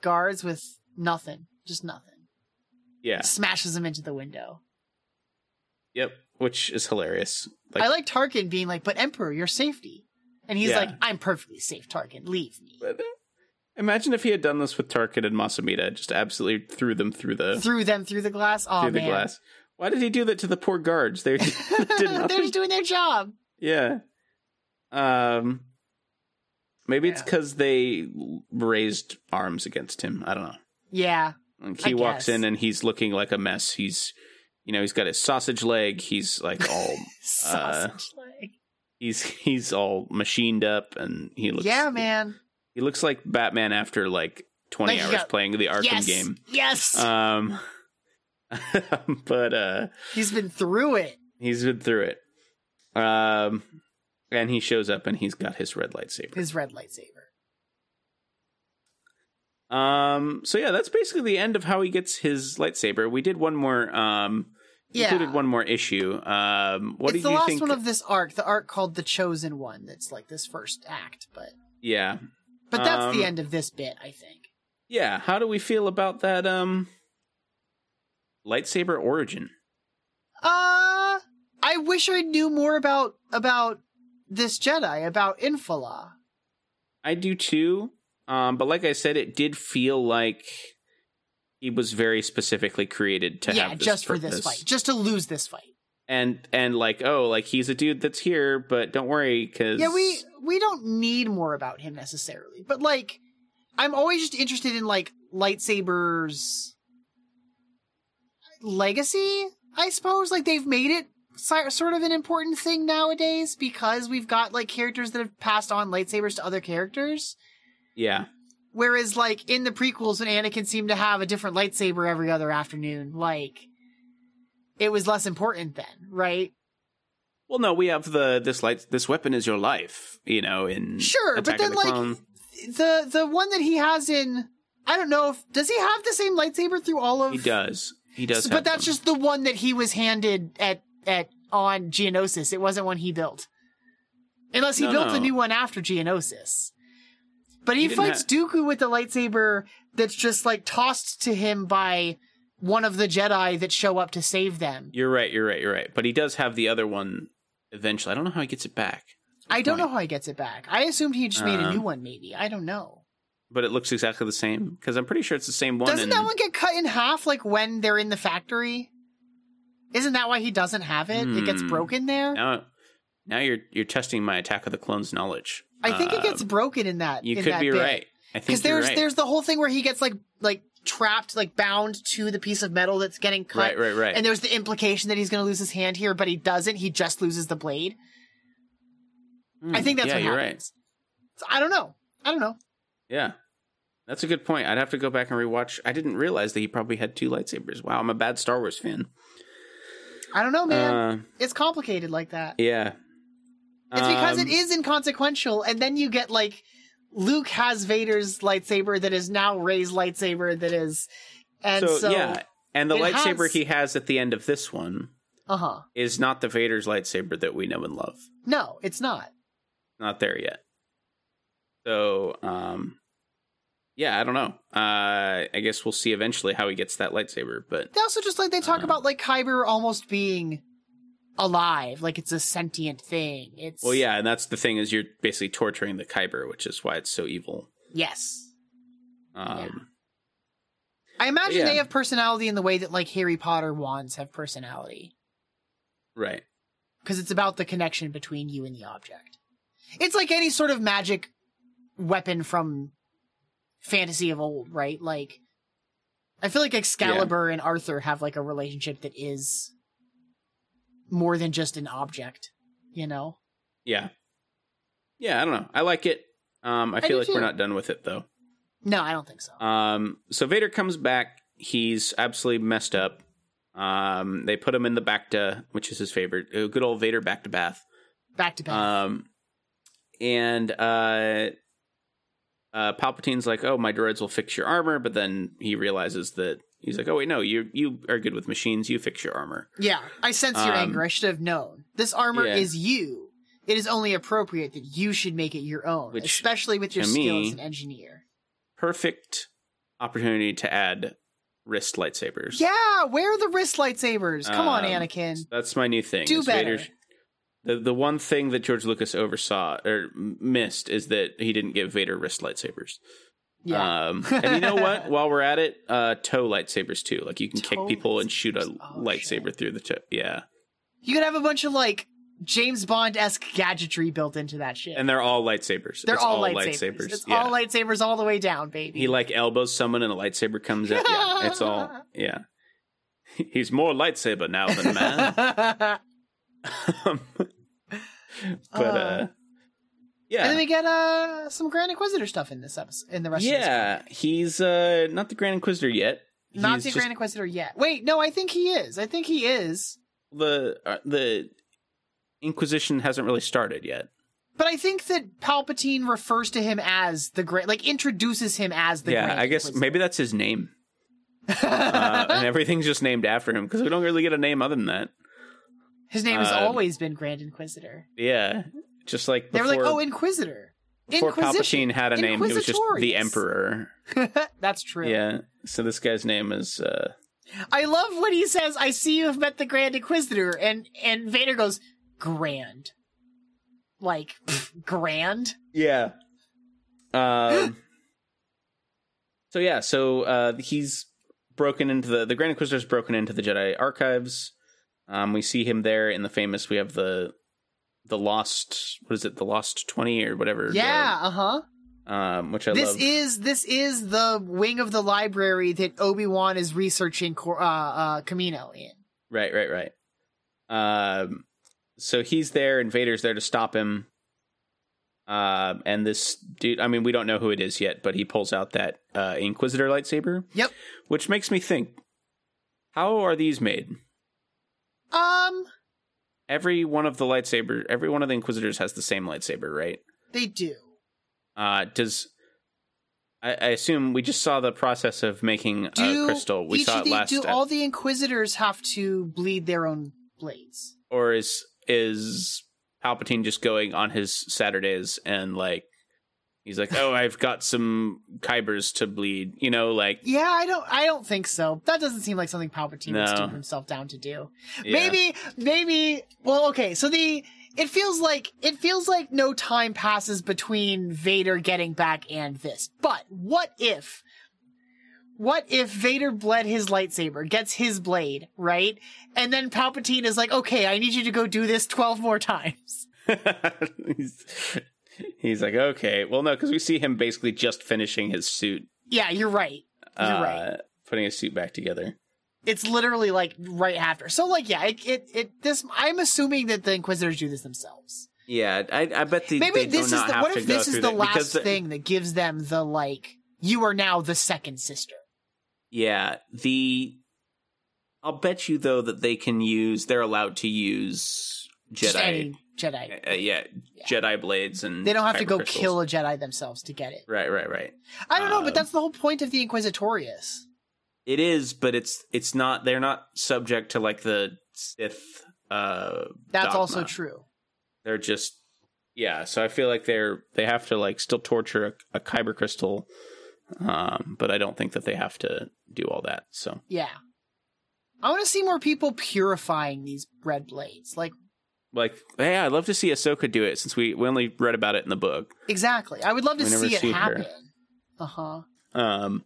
C: guards with nothing, just nothing.
B: yeah.
C: Smashes them into the window.
B: Yep. Which is hilarious. Like,
C: I like Tarkin being like, "But Emperor, your safety," and he's
B: Yeah.
C: like, "I'm perfectly safe, Tarkin. Leave me."
B: imagine if he had done this with Tarkin and Masamita, just absolutely threw them through the,
C: Threw them through the glass. Oh
B: uh, through the
C: man,
B: glass. Why did he do that to the poor guards? They did
C: they're
B: nothing.
C: just doing their job.
B: Yeah. Um maybe it's
C: Yeah.
B: 'cause it's cuz they raised arms against him. I don't know.
C: Yeah,
B: Like
C: I
B: he walks
C: guess.
B: in and he's looking like a mess. He's you know, he's got his sausage leg. He's like all
C: sausage
B: Uh,
C: leg.
B: he's he's all machined up and he looks
C: yeah, man.
B: He looks like Batman after like 20
C: Like he
B: hours
C: got-
B: playing the Arkham
C: yes,
B: game.
C: yes.
B: Um uh, but uh
C: he's been through it.
B: he's been through it. Um and he shows up and he's got his red lightsaber.
C: his red lightsaber.
B: Um, so yeah, that's basically the end of how he gets his lightsaber. We did one more. Um,
C: Yeah.
B: included one more issue. Um, what did
C: it's the
B: you
C: last
B: think?
C: one of this arc, the arc called The Chosen One, that's like this first act, but
B: yeah,
C: but that's
B: Um,
C: the end of this bit, I think.
B: yeah. How do we feel about that? Um, lightsaber origin.
C: Uh I wish I knew more about about this Jedi, about Infala.
B: I do too. Um, but like I said, it did feel like he was very specifically created to
C: yeah,
B: have this
C: just for
B: purpose.
C: this fight. Just to lose this fight.
B: And and like oh, like he's a dude that's here, but don't worry because
C: Yeah, we we don't need more about him necessarily, but like, I'm always just interested in like lightsabers legacy. I suppose like they've made it si- sort of an important thing nowadays because we've got like characters that have passed on lightsabers to other characters.
B: yeah
C: Whereas like in the prequels, when Anakin seemed to have a different lightsaber every other afternoon, like it was less important then, right?
B: Well, no, we have the this light. This weapon is your life. You know, in
C: Sure, but
B: Attack
C: then,
B: of the
C: like,
B: Clone.
C: the the one that he has in I don't know if does he have the same lightsaber through all of
B: he does. He does.
C: but
B: have
C: that's
B: them.
C: just the one that he was handed at at on Geonosis. It wasn't one he built. Unless he
B: No,
C: built
B: no.
C: a new one after Geonosis. But he,
B: didn't
C: fights
B: ha-
C: Dooku with the lightsaber that's just like tossed to him by one of the Jedi that show up to save them.
B: You're right. You're right. You're right. But he does have the other one eventually. I don't know how he gets it back,
C: I don't
B: point.
C: know how he gets it back. I assumed he just made a
B: Um,
C: new one, maybe. I don't know.
B: but it looks exactly the same because I'm pretty sure it's the same one.
C: Doesn't
B: in-
C: that one get cut in half like when they're in the factory? Isn't that why he doesn't have it? It gets
B: Hmm.
C: broken there.
B: now? Now you're you're testing my Attack of the Clones knowledge.
C: I think it gets
B: Um,
C: broken in that.
B: You
C: in
B: could
C: that
B: be
C: bit.
B: right. I think
C: because
B: you're
C: there's
B: right.
C: there's the whole thing where he gets like like trapped, like bound to the piece of metal that's getting cut.
B: right, right, right.
C: And there's the implication that he's going to lose his hand here, but he doesn't. He just loses the blade. I
B: Hmm,
C: think that's
B: yeah,
C: what
B: you're
C: happens. So I don't know. I don't know.
B: right. Yeah, that's a good point. I'd have to go back and rewatch. I didn't realize that he probably had two lightsabers. Wow, I'm a bad Star Wars fan.
C: I don't know, Oh, man.
B: Uh,
C: it's complicated like that.
B: Yeah.
C: It's because
B: Um,
C: it is inconsequential, and then you get like Luke has Vader's lightsaber that is now Ray's lightsaber that is, and so,
B: yeah, and the
C: it
B: lightsaber
C: has-
B: he has at the end of this one
C: uh huh.
B: is not the Vader's lightsaber that we know and love.
C: No, it's not.
B: Not there yet. So, um, yeah, I don't know. Uh, I guess we'll see eventually how he gets that lightsaber, but
C: They also just like they talk
B: Uh-huh.
C: about like Kyber almost being alive, like it's a sentient thing. It's
B: well, yeah, and that's the thing is you're basically torturing the Kyber, which is why it's so evil.
C: yes.
B: Um,
C: I imagine
B: Yeah.
C: they have personality in the way that like Harry Potter wands have personality.
B: right.
C: because it's about the connection between you and the object. It's like any sort of magic weapon from fantasy of old, right? Like, I feel like Excalibur and Arthur have like a relationship that is more than just an object, you know?
B: Yeah. Yeah, I don't know. I like it. Um, I
C: I
B: feel
C: do
B: like we're
C: too.
B: not done with it though.
C: No, I don't think so.
B: Um, so Vader comes back. He's absolutely messed up. Um, they put him in the Bacta, which is his favorite. uh, Good old Vader back to bath.
C: Back to back.
B: Um, and uh, uh, Palpatine's like, "Oh, my droids will fix your armor," but then he realizes that he's like, "Oh wait, no, you you are good with machines. You fix your armor."
C: yeah, I sense your
B: um,
C: anger. I should have known. This armor
B: yeah.
C: is you. It is only appropriate that you should make it your own,
B: Which,
C: especially with your
B: to
C: skill
B: me-
C: as an engineer.
B: Perfect opportunity to add wrist lightsabers.
C: Yeah, where are the wrist lightsabers? Come on,
B: Um,
C: Anakin.
B: That's my new thing.
C: Do
B: is
C: better.
B: Vader- the the one thing that George Lucas oversaw or m- missed is that he didn't give Vader wrist lightsabers.
C: Yeah.
B: Um, and you know what? While we're at it, uh, toe lightsabers too. Like you can
C: Toe
B: kick people and shoot a
C: lightsabers. Oh,
B: lightsaber
C: shit.
B: through the toe. Yeah,
C: You could have a bunch of like James Bond esque gadgetry built into that shit.
B: and they're all lightsabers.
C: they're
B: It's
C: all, lightsabers. It's
B: yeah.
C: all lightsabers all the way down, baby.
B: he like elbows someone and a lightsaber comes out. Yeah, it's all yeah. He's more lightsaber now than man. but uh,
C: Uh,
B: yeah.
C: And then we get uh some Grand Inquisitor stuff in this episode in the rest of this
B: yeah,
C: comic.
B: he's uh not the Grand Inquisitor yet.
C: Not
B: He's
C: the
B: just
C: Grand Inquisitor yet. Wait, no, I think he is. I think he is.
B: the uh, the Inquisition hasn't really started yet.
C: But I think that Palpatine refers to him as the great, like introduces him as the.
B: yeah,
C: Grand
B: I guess
C: Inquisitor.
B: maybe that's his name, uh, and everything's just named after him because we don't really get a name other than that.
C: his name has
B: um,
C: always been Grand Inquisitor.
B: Yeah, just like
C: They
B: before,
C: were like, oh, Inquisitor.
B: before Palpatine had a name, it was just the
C: Inquisitorius.
B: Emperor.
C: That's true.
B: Yeah, so this guy's name is uh,
C: I love when he says, "I see you have met the Grand Inquisitor," and and Vader goes, "Grand." Like pfft, grand.
B: yeah. Um, so yeah, so uh, he's broken into the the Grand Inquisitor's broken into the Jedi archives. Um, we see him there in the famous. We have the the lost. What is it? The lost twenty or whatever.
C: Yeah. Uh huh.
B: the- um, which I
C: This
B: love.
C: is this is the wing of the library that Obi Wan is researching Cor- uh, uh, Camino in.
B: Right, right, right. Um, so he's there, and Vader's there to stop him. Um, and this dude, I mean, we don't know who it is yet, but he pulls out that uh, Inquisitor lightsaber.
C: Yep.
B: Which makes me think how are these made?
C: Um,
B: Every one of the lightsaber, every one of the Inquisitors has the same lightsaber, right?
C: they do.
B: Uh, does. I, I assume we just saw the process of making a
C: Do
B: Uh, crystal. We
C: each
B: saw
C: of
B: it
C: the-
B: last.
C: Do
B: at-
C: all the Inquisitors have to bleed their own blades?
B: or is is Palpatine just going on his Saturdays and like he's like, oh, I've got some kybers to bleed, you know, like
C: Yeah, I don't. I don't think so. That doesn't seem like something Palpatine would
B: No.
C: stoop himself down to do.
B: yeah.
C: Maybe, maybe. Well, okay. So the it feels like it feels like no time passes between Vader getting back and this. But what if? What if Vader bled his lightsaber, gets his blade, right? And then Palpatine is like, okay, I need you to go do this 12 more times.
B: he's, he's like, okay, well, no, because we see him basically just finishing his suit,
C: Yeah, you're right. You're
B: uh,
C: right.
B: putting his suit back together.
C: It's literally like right after. So like, yeah, it, it, it, this, I'm assuming that the Inquisitors do this themselves.
B: Yeah, I, I bet the,
C: Maybe this is the, what if this is the last thing that gives them the like you are now the second sister.
B: Yeah, the. I'll bet you though that they can use. They're allowed to use
C: Just
B: Jedi.
C: any Jedi.
B: uh, yeah, Jedi blades and
C: They don't have to
B: kyber
C: go
B: crystals.
C: kill a Jedi themselves to get it.
B: Right, right, right.
C: I don't know,
B: Um,
C: but that's the whole point of the Inquisitorius.
B: It is, but it's it's not. They're not subject to like the Sith. Uh,
C: That's
B: dogma.
C: also true.
B: They're just yeah. So I feel like they're they have to like still torture a, a kyber crystal, um, but I don't think that they have to do all that. So
C: Yeah. I want to see more people purifying these red blades. Like
B: like, hey, I'd love to see Ahsoka do it since we we only read about it in the book.
C: exactly. I would love to
B: We never
C: see it
B: see her.
C: happen. Uh-huh.
B: Um,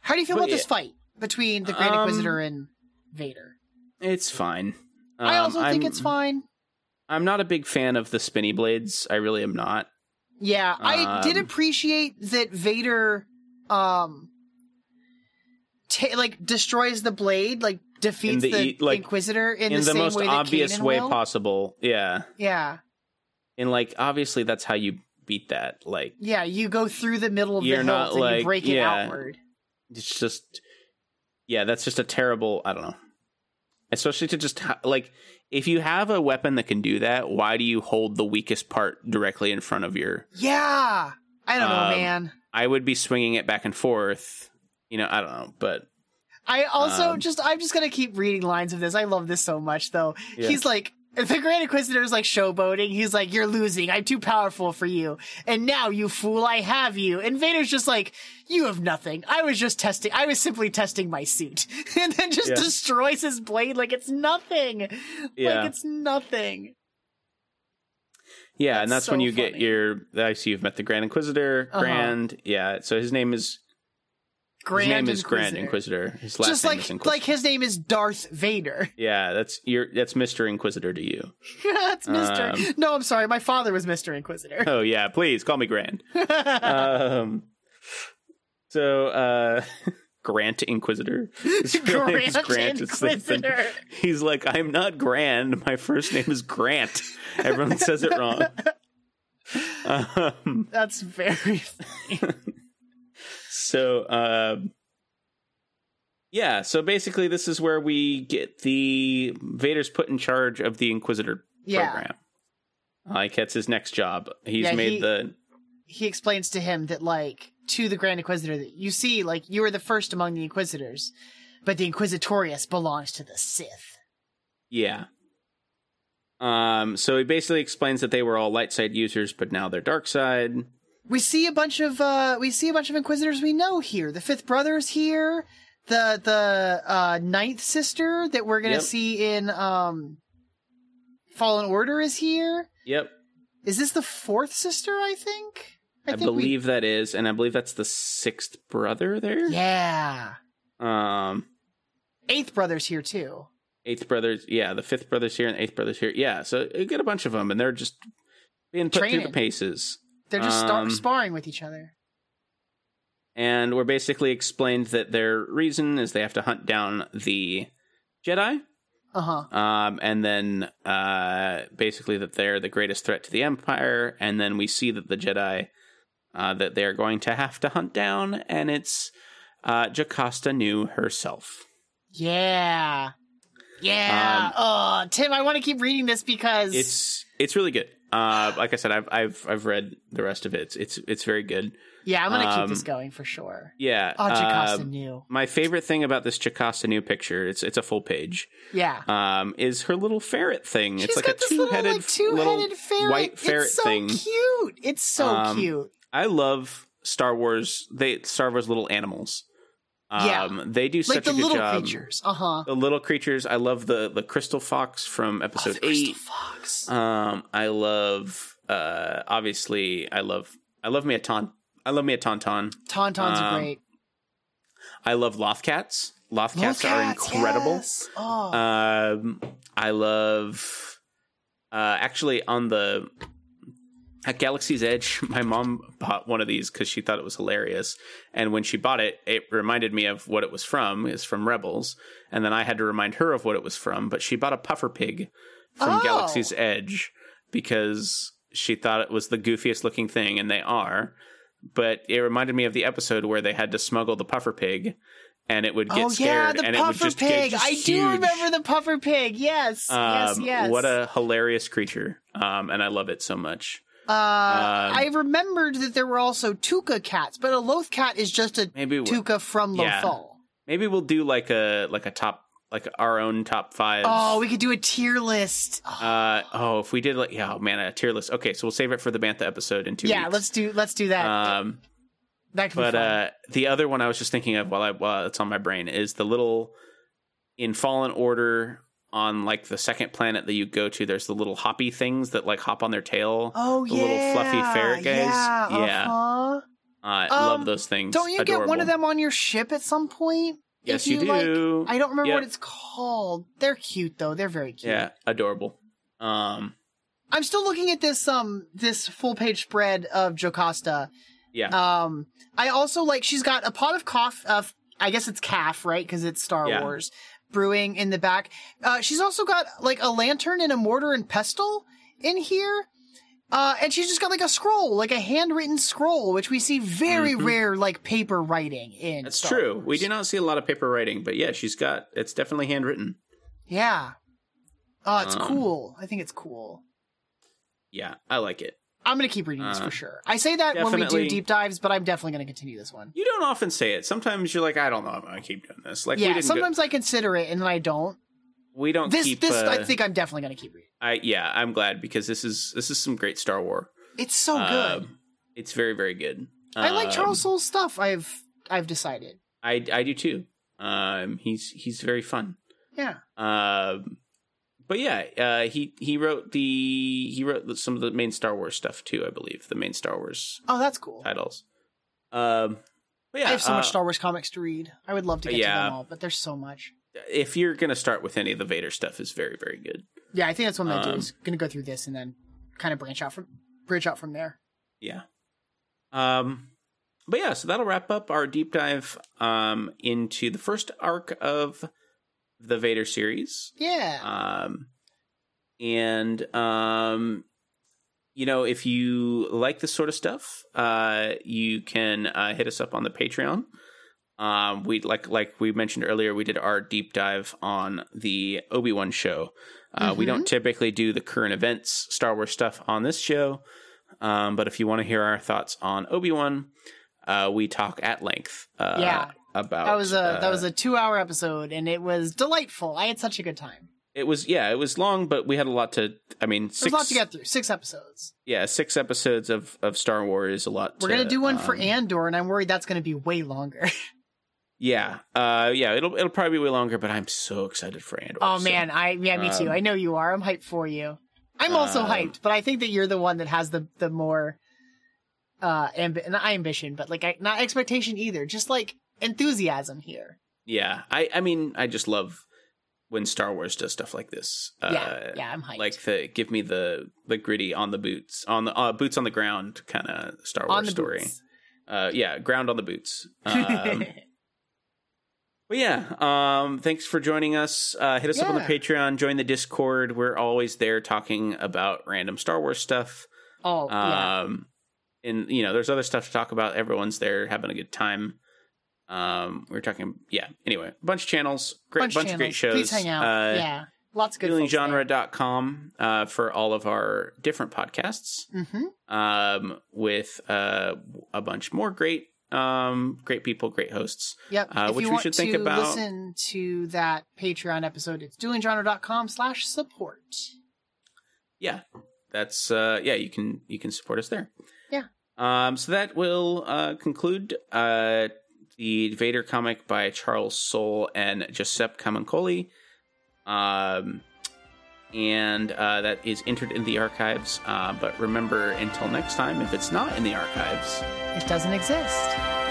C: How do you feel
B: But
C: about this
B: yeah.
C: fight between the Grand
B: Um,
C: Inquisitor and Vader?
B: it's fine.
C: I
B: Um,
C: also think
B: I'm-
C: it's fine.
B: I'm not a big fan of the spinny blades. I really am not.
C: Yeah, I did
B: Um,
C: appreciate that Vader, um, ta like destroys the blade, like defeats
B: the
C: the,
B: e- like,
C: Inquisitor
B: In,
C: in, the,
B: the,
C: same
B: most
C: way that
B: obvious
C: Kanan
B: way
C: will.
B: possible. Yeah.
C: Yeah,
B: and like obviously that's how you beat that like
C: yeah, you go through the middle of
B: You're
C: the hilt
B: not
C: and
B: like-
C: you break it
B: yeah.
C: outward.
B: it's just yeah that's just a terrible i don't know especially to just ha- like if you have a weapon that can do that why do you hold the weakest part directly in front of your
C: Yeah, I don't
B: Um,
C: know, man.
B: i would be swinging it back and forth you know i don't know but
C: I also
B: um,
C: just, I'm just gonna keep reading lines of this. I love this so much, though.
B: Yeah.
C: He's like. The Grand Inquisitor is like showboating. He's like, "You're losing. I'm too powerful for you." And now, you fool, I have you. And Vader's just like, "You have nothing. I was just testing. I was simply testing my suit." and then just
B: Yeah.
C: destroys his blade like it's nothing.
B: Yeah.
C: Like it's nothing.
B: yeah
C: That's
B: and that's
C: so
B: when you get
C: funny.
B: your i see you've met the grand inquisitor
C: Uh-huh.
B: grand yeah so his name is
C: Grand
B: his name is
C: Inquisitor.
B: grand inquisitor his last
C: Just
B: name
C: like
B: is inquisitor
C: like his name is Darth Vader.
B: yeah that's your that's mr inquisitor to you
C: That's Mister.
B: Um,
C: no, I'm sorry. My father was Mister Inquisitor.
B: oh yeah please call me grand um, so uh, Grant Inquisitor. His real name is
C: Grand
B: It's the- the-
C: Inquisitor.
B: he's like, I'm not Grand. My first name is Grant. Everyone says it wrong. Um,
C: That's very
B: so uh, yeah. So basically, this is where we get the Vader's put in charge of the Inquisitor
C: yeah.
B: program. Like that's his next job. He's
C: Yeah,
B: made
C: he-
B: the
C: he explains to him that like to the grand inquisitor that you see like you are the first among the inquisitors but the inquisitorius belongs to the sith
B: yeah. Um. So he basically explains that they were all light side users, but now they're dark side.
C: we see a bunch of uh we see a bunch of inquisitors we know here the fifth brother is here the the uh ninth sister that we're gonna
B: Yep.
C: see in um fallen order is here
B: Yep,
C: is this the fourth sister i think
B: I,
C: think we-
B: believe that is, and I believe that's the sixth brother there.
C: yeah
B: Um.
C: eighth brother's here too
B: Eighth brothers, yeah, the fifth brothers here and eighth brothers here, yeah. So you get a bunch of them, and they're just being put through
C: Training.
B: the paces.
C: they're just star-
B: Um,
C: sparring with each other
B: and we're basically explained that their reason is they have to hunt down the Jedi,
C: uh-huh
B: um, and then uh, basically that they're the greatest threat to the Empire. And then we see that the Jedi uh, that they are going to have to hunt down, and it's uh, Jocasta New herself.
C: Yeah. Yeah.
B: Um,
C: oh, Tim, I want to keep reading this because
B: It's it's really good. Uh, like I said, I've I've I've read the rest of it. It's it's, it's very good.
C: yeah, I'm gonna
B: um,
C: keep this going for sure.
B: Yeah.
C: Oh, Jocasta
B: um,
C: knew.
B: my favorite thing about this Jocasta New picture, it's it's a full page.
C: Yeah,
B: um, is her little ferret thing.
C: she's
B: it's like
C: got
B: a
C: this
B: two-headed,
C: little like two-headed
B: little
C: ferret.
B: white ferret
C: it's so
B: thing.
C: cute. It's so
B: Um,
C: cute.
B: I love Star Wars. They Star Wars little animals. Um,
C: Yeah.
B: they do
C: Like
B: such
C: the
B: a good
C: little
B: job.
C: creatures. Uh huh.
B: The little creatures. I love the the crystal fox from
C: Oh,
B: episode
C: the Crystal
B: eight.
C: Fox.
B: Um, I love. Uh, obviously, I love. I love me a ton. I love me a tauntaun.
C: Tauntauns
B: um,
C: are great.
B: I love lothcats. Lothcats
C: Little
B: are
C: cats,
B: incredible.
C: yes. Oh,
B: Um, I love. Uh, actually, on the at Galaxy's Edge, my mom bought one of these because she thought it was hilarious. And when she bought it, it reminded me of what it was from. It's from Rebels, and then I had to remind her of what it was from. But she bought a puffer pig from
C: Oh.
B: Galaxy's Edge because she thought it was the goofiest looking thing, and they are. But it reminded me of the episode where they had to smuggle the puffer pig, and it would get
C: oh yeah,
B: scared,
C: the
B: and it would
C: puffer
B: just
C: pig.
B: get just
C: I
B: huge.
C: do remember the puffer pig. Yes, yes,
B: Um,
C: yes.
B: What a hilarious creature. Um, and I love it so much.
C: Uh,
B: Um,
C: I remembered that there were also Tuca cats, but a Loth cat is just a
B: Maybe we
C: Tuca from
B: Yeah.
C: Lothal.
B: maybe we'll do like a like a top like our own top five.
C: Oh, we could do a tier list. Oh,
B: uh, oh, if we did like yeah, oh man, a tier list. Okay, so we'll save it for the Bantha episode in two
C: yeah,
B: weeks.
C: let's do let's do that.
B: um,
C: that could
B: but
C: be fun.
B: uh, the other one I was just thinking of while I while it's on my brain is the little in Fallen Order on like the second planet that you go to. There's the little hoppy things that like hop on their tail. Uh,
C: oh
B: the
C: yeah,
B: little fluffy ferret guys.
C: Yeah,
B: Yeah.
C: Uh-huh.
B: I
C: um,
B: love those things.
C: Don't you get one
B: Adorable.
C: of them on your ship at some point?
B: Yes,
C: If
B: you, do.
C: Like, I don't remember what
B: Yep.
C: it's called. They're cute though. They're very cute.
B: Yeah, adorable. Um,
C: I'm still looking at this um this full page spread of Jocasta.
B: yeah,
C: Um, I also like she's got a pot of cough of I guess it's calf, right? Because it's Star
B: Yeah.
C: Wars brewing in the back. Uh, she's also got like a lantern and a mortar and pestle in here. Uh, and she's just got like a scroll, like a handwritten scroll, which we see very
B: Mhm.
C: rare, like paper writing in.
B: that's
C: Star
B: true. We
C: Wars.
B: do not see a lot of paper writing, but yeah, she's got it's definitely handwritten.
C: Yeah. Oh, it's
B: Um,
C: cool. I think it's cool.
B: Yeah, I like it.
C: I'm gonna keep reading this
B: uh,
C: for sure. I say that when we
B: definitely-
C: do deep dives, but I'm definitely gonna continue this one.
B: You don't often say it. Sometimes you're like, I don't know, I'm gonna keep doing this. Like we
C: yeah,
B: didn't.
C: sometimes I consider it and then I don't.
B: go, we don't
C: This,
B: keep.
C: this,
B: uh,
C: I think I'm definitely gonna keep reading.
B: I yeah, I'm glad because this is this is some great Star War.
C: It's so Oh, good.
B: Um, it's very very good.
C: I like
B: Um,
C: Charles Soule's stuff. I've I've decided.
B: I I do too. Um, he's he's very fun.
C: Yeah.
B: Um, but yeah, uh, he he wrote the he wrote some of the main Star Wars stuff too, I believe, the main Star Wars
C: Oh, that's cool.
B: titles. Um, but Uh, yeah,
C: I have so much
B: uh,
C: Star Wars comics to read. I would love to get to
B: Yeah.
C: them all, but there's so much.
B: if you're gonna start with any of the Vader stuff, is very very good.
C: Yeah, I think that's what I'm gonna
B: Um,
C: do. Is gonna go through this and then kind of branch out from branch out from there.
B: Yeah. Um, but yeah, so that'll wrap up our deep dive um into the first arc of the Vader series.
C: Yeah.
B: um and um you know if you like this sort of stuff uh you can uh, hit us up on the patreon Um, we like like we mentioned earlier, we did our deep dive on the Obi wan show. Uh, We
C: Mhm.
B: don't typically do the current events Star Wars stuff on this show, um, but if you want to hear our thoughts on Obi wan, uh, we talk at length. Uh,
C: Yeah.
B: about
C: That was a
B: uh,
C: that was a two hour episode, and it was delightful. I had such a good time.
B: it was yeah it was long, but we had a lot to. I mean, six
C: There's a lot to get through. Six episodes.
B: yeah six episodes of of Star Wars. is A lot.
C: We're
B: to,
C: gonna do one for
B: um,
C: Andor, and I'm worried that's gonna be way longer.
B: Yeah, uh, yeah, it'll it'll probably be way longer, but I'm so excited for Andor.
C: oh
B: so-
C: man, I yeah, me too.
B: um,
C: I know you are. I'm hyped for you. I'm also
B: um,
C: hyped, but I think that you're the one that has the the more uh ambi- not ambition, but like I, not expectation either. Just like enthusiasm here.
B: yeah, I I mean, I just love when Star Wars does stuff like this.
C: yeah, yeah, I'm hyped.
B: Uh, Like the give me the the gritty on the boots on the uh, boots on the ground kind of Star Wars
C: on the
B: story.
C: boots.
B: Uh, yeah, ground on the boots. Um, But yeah, um, thanks for joining us. Uh, hit us up on the
C: Yeah.
B: Patreon, join the Discord. We're always there talking about random Star Wars stuff.
C: oh yeah.
B: Um, and you know, there's other stuff to talk about. Everyone's there having a good time. Um, we are talking, yeah. Anyway, a bunch of channels, great bunch, of great shows.
C: channels. Please hang out.
B: Uh,
C: yeah, lots of good. folks there.
B: feelinggenre.com uh, for all of our different podcasts
C: Mm-hmm.
B: um, with uh, a bunch more great um, great people, great hosts.
C: Yep.
B: Uh,
C: if
B: which
C: you
B: we
C: want
B: should think
C: to
B: about-
C: listen to that Patreon episode, it's duelinggenre.com slash support.
B: yeah that's uh yeah you can you can support us there
C: Yeah.
B: um so that will uh conclude uh the vader comic by charles soule and giuseppe camancoli um and uh, that is entered in the archives uh, but remember until next time if it's not in the archives
C: It doesn't exist.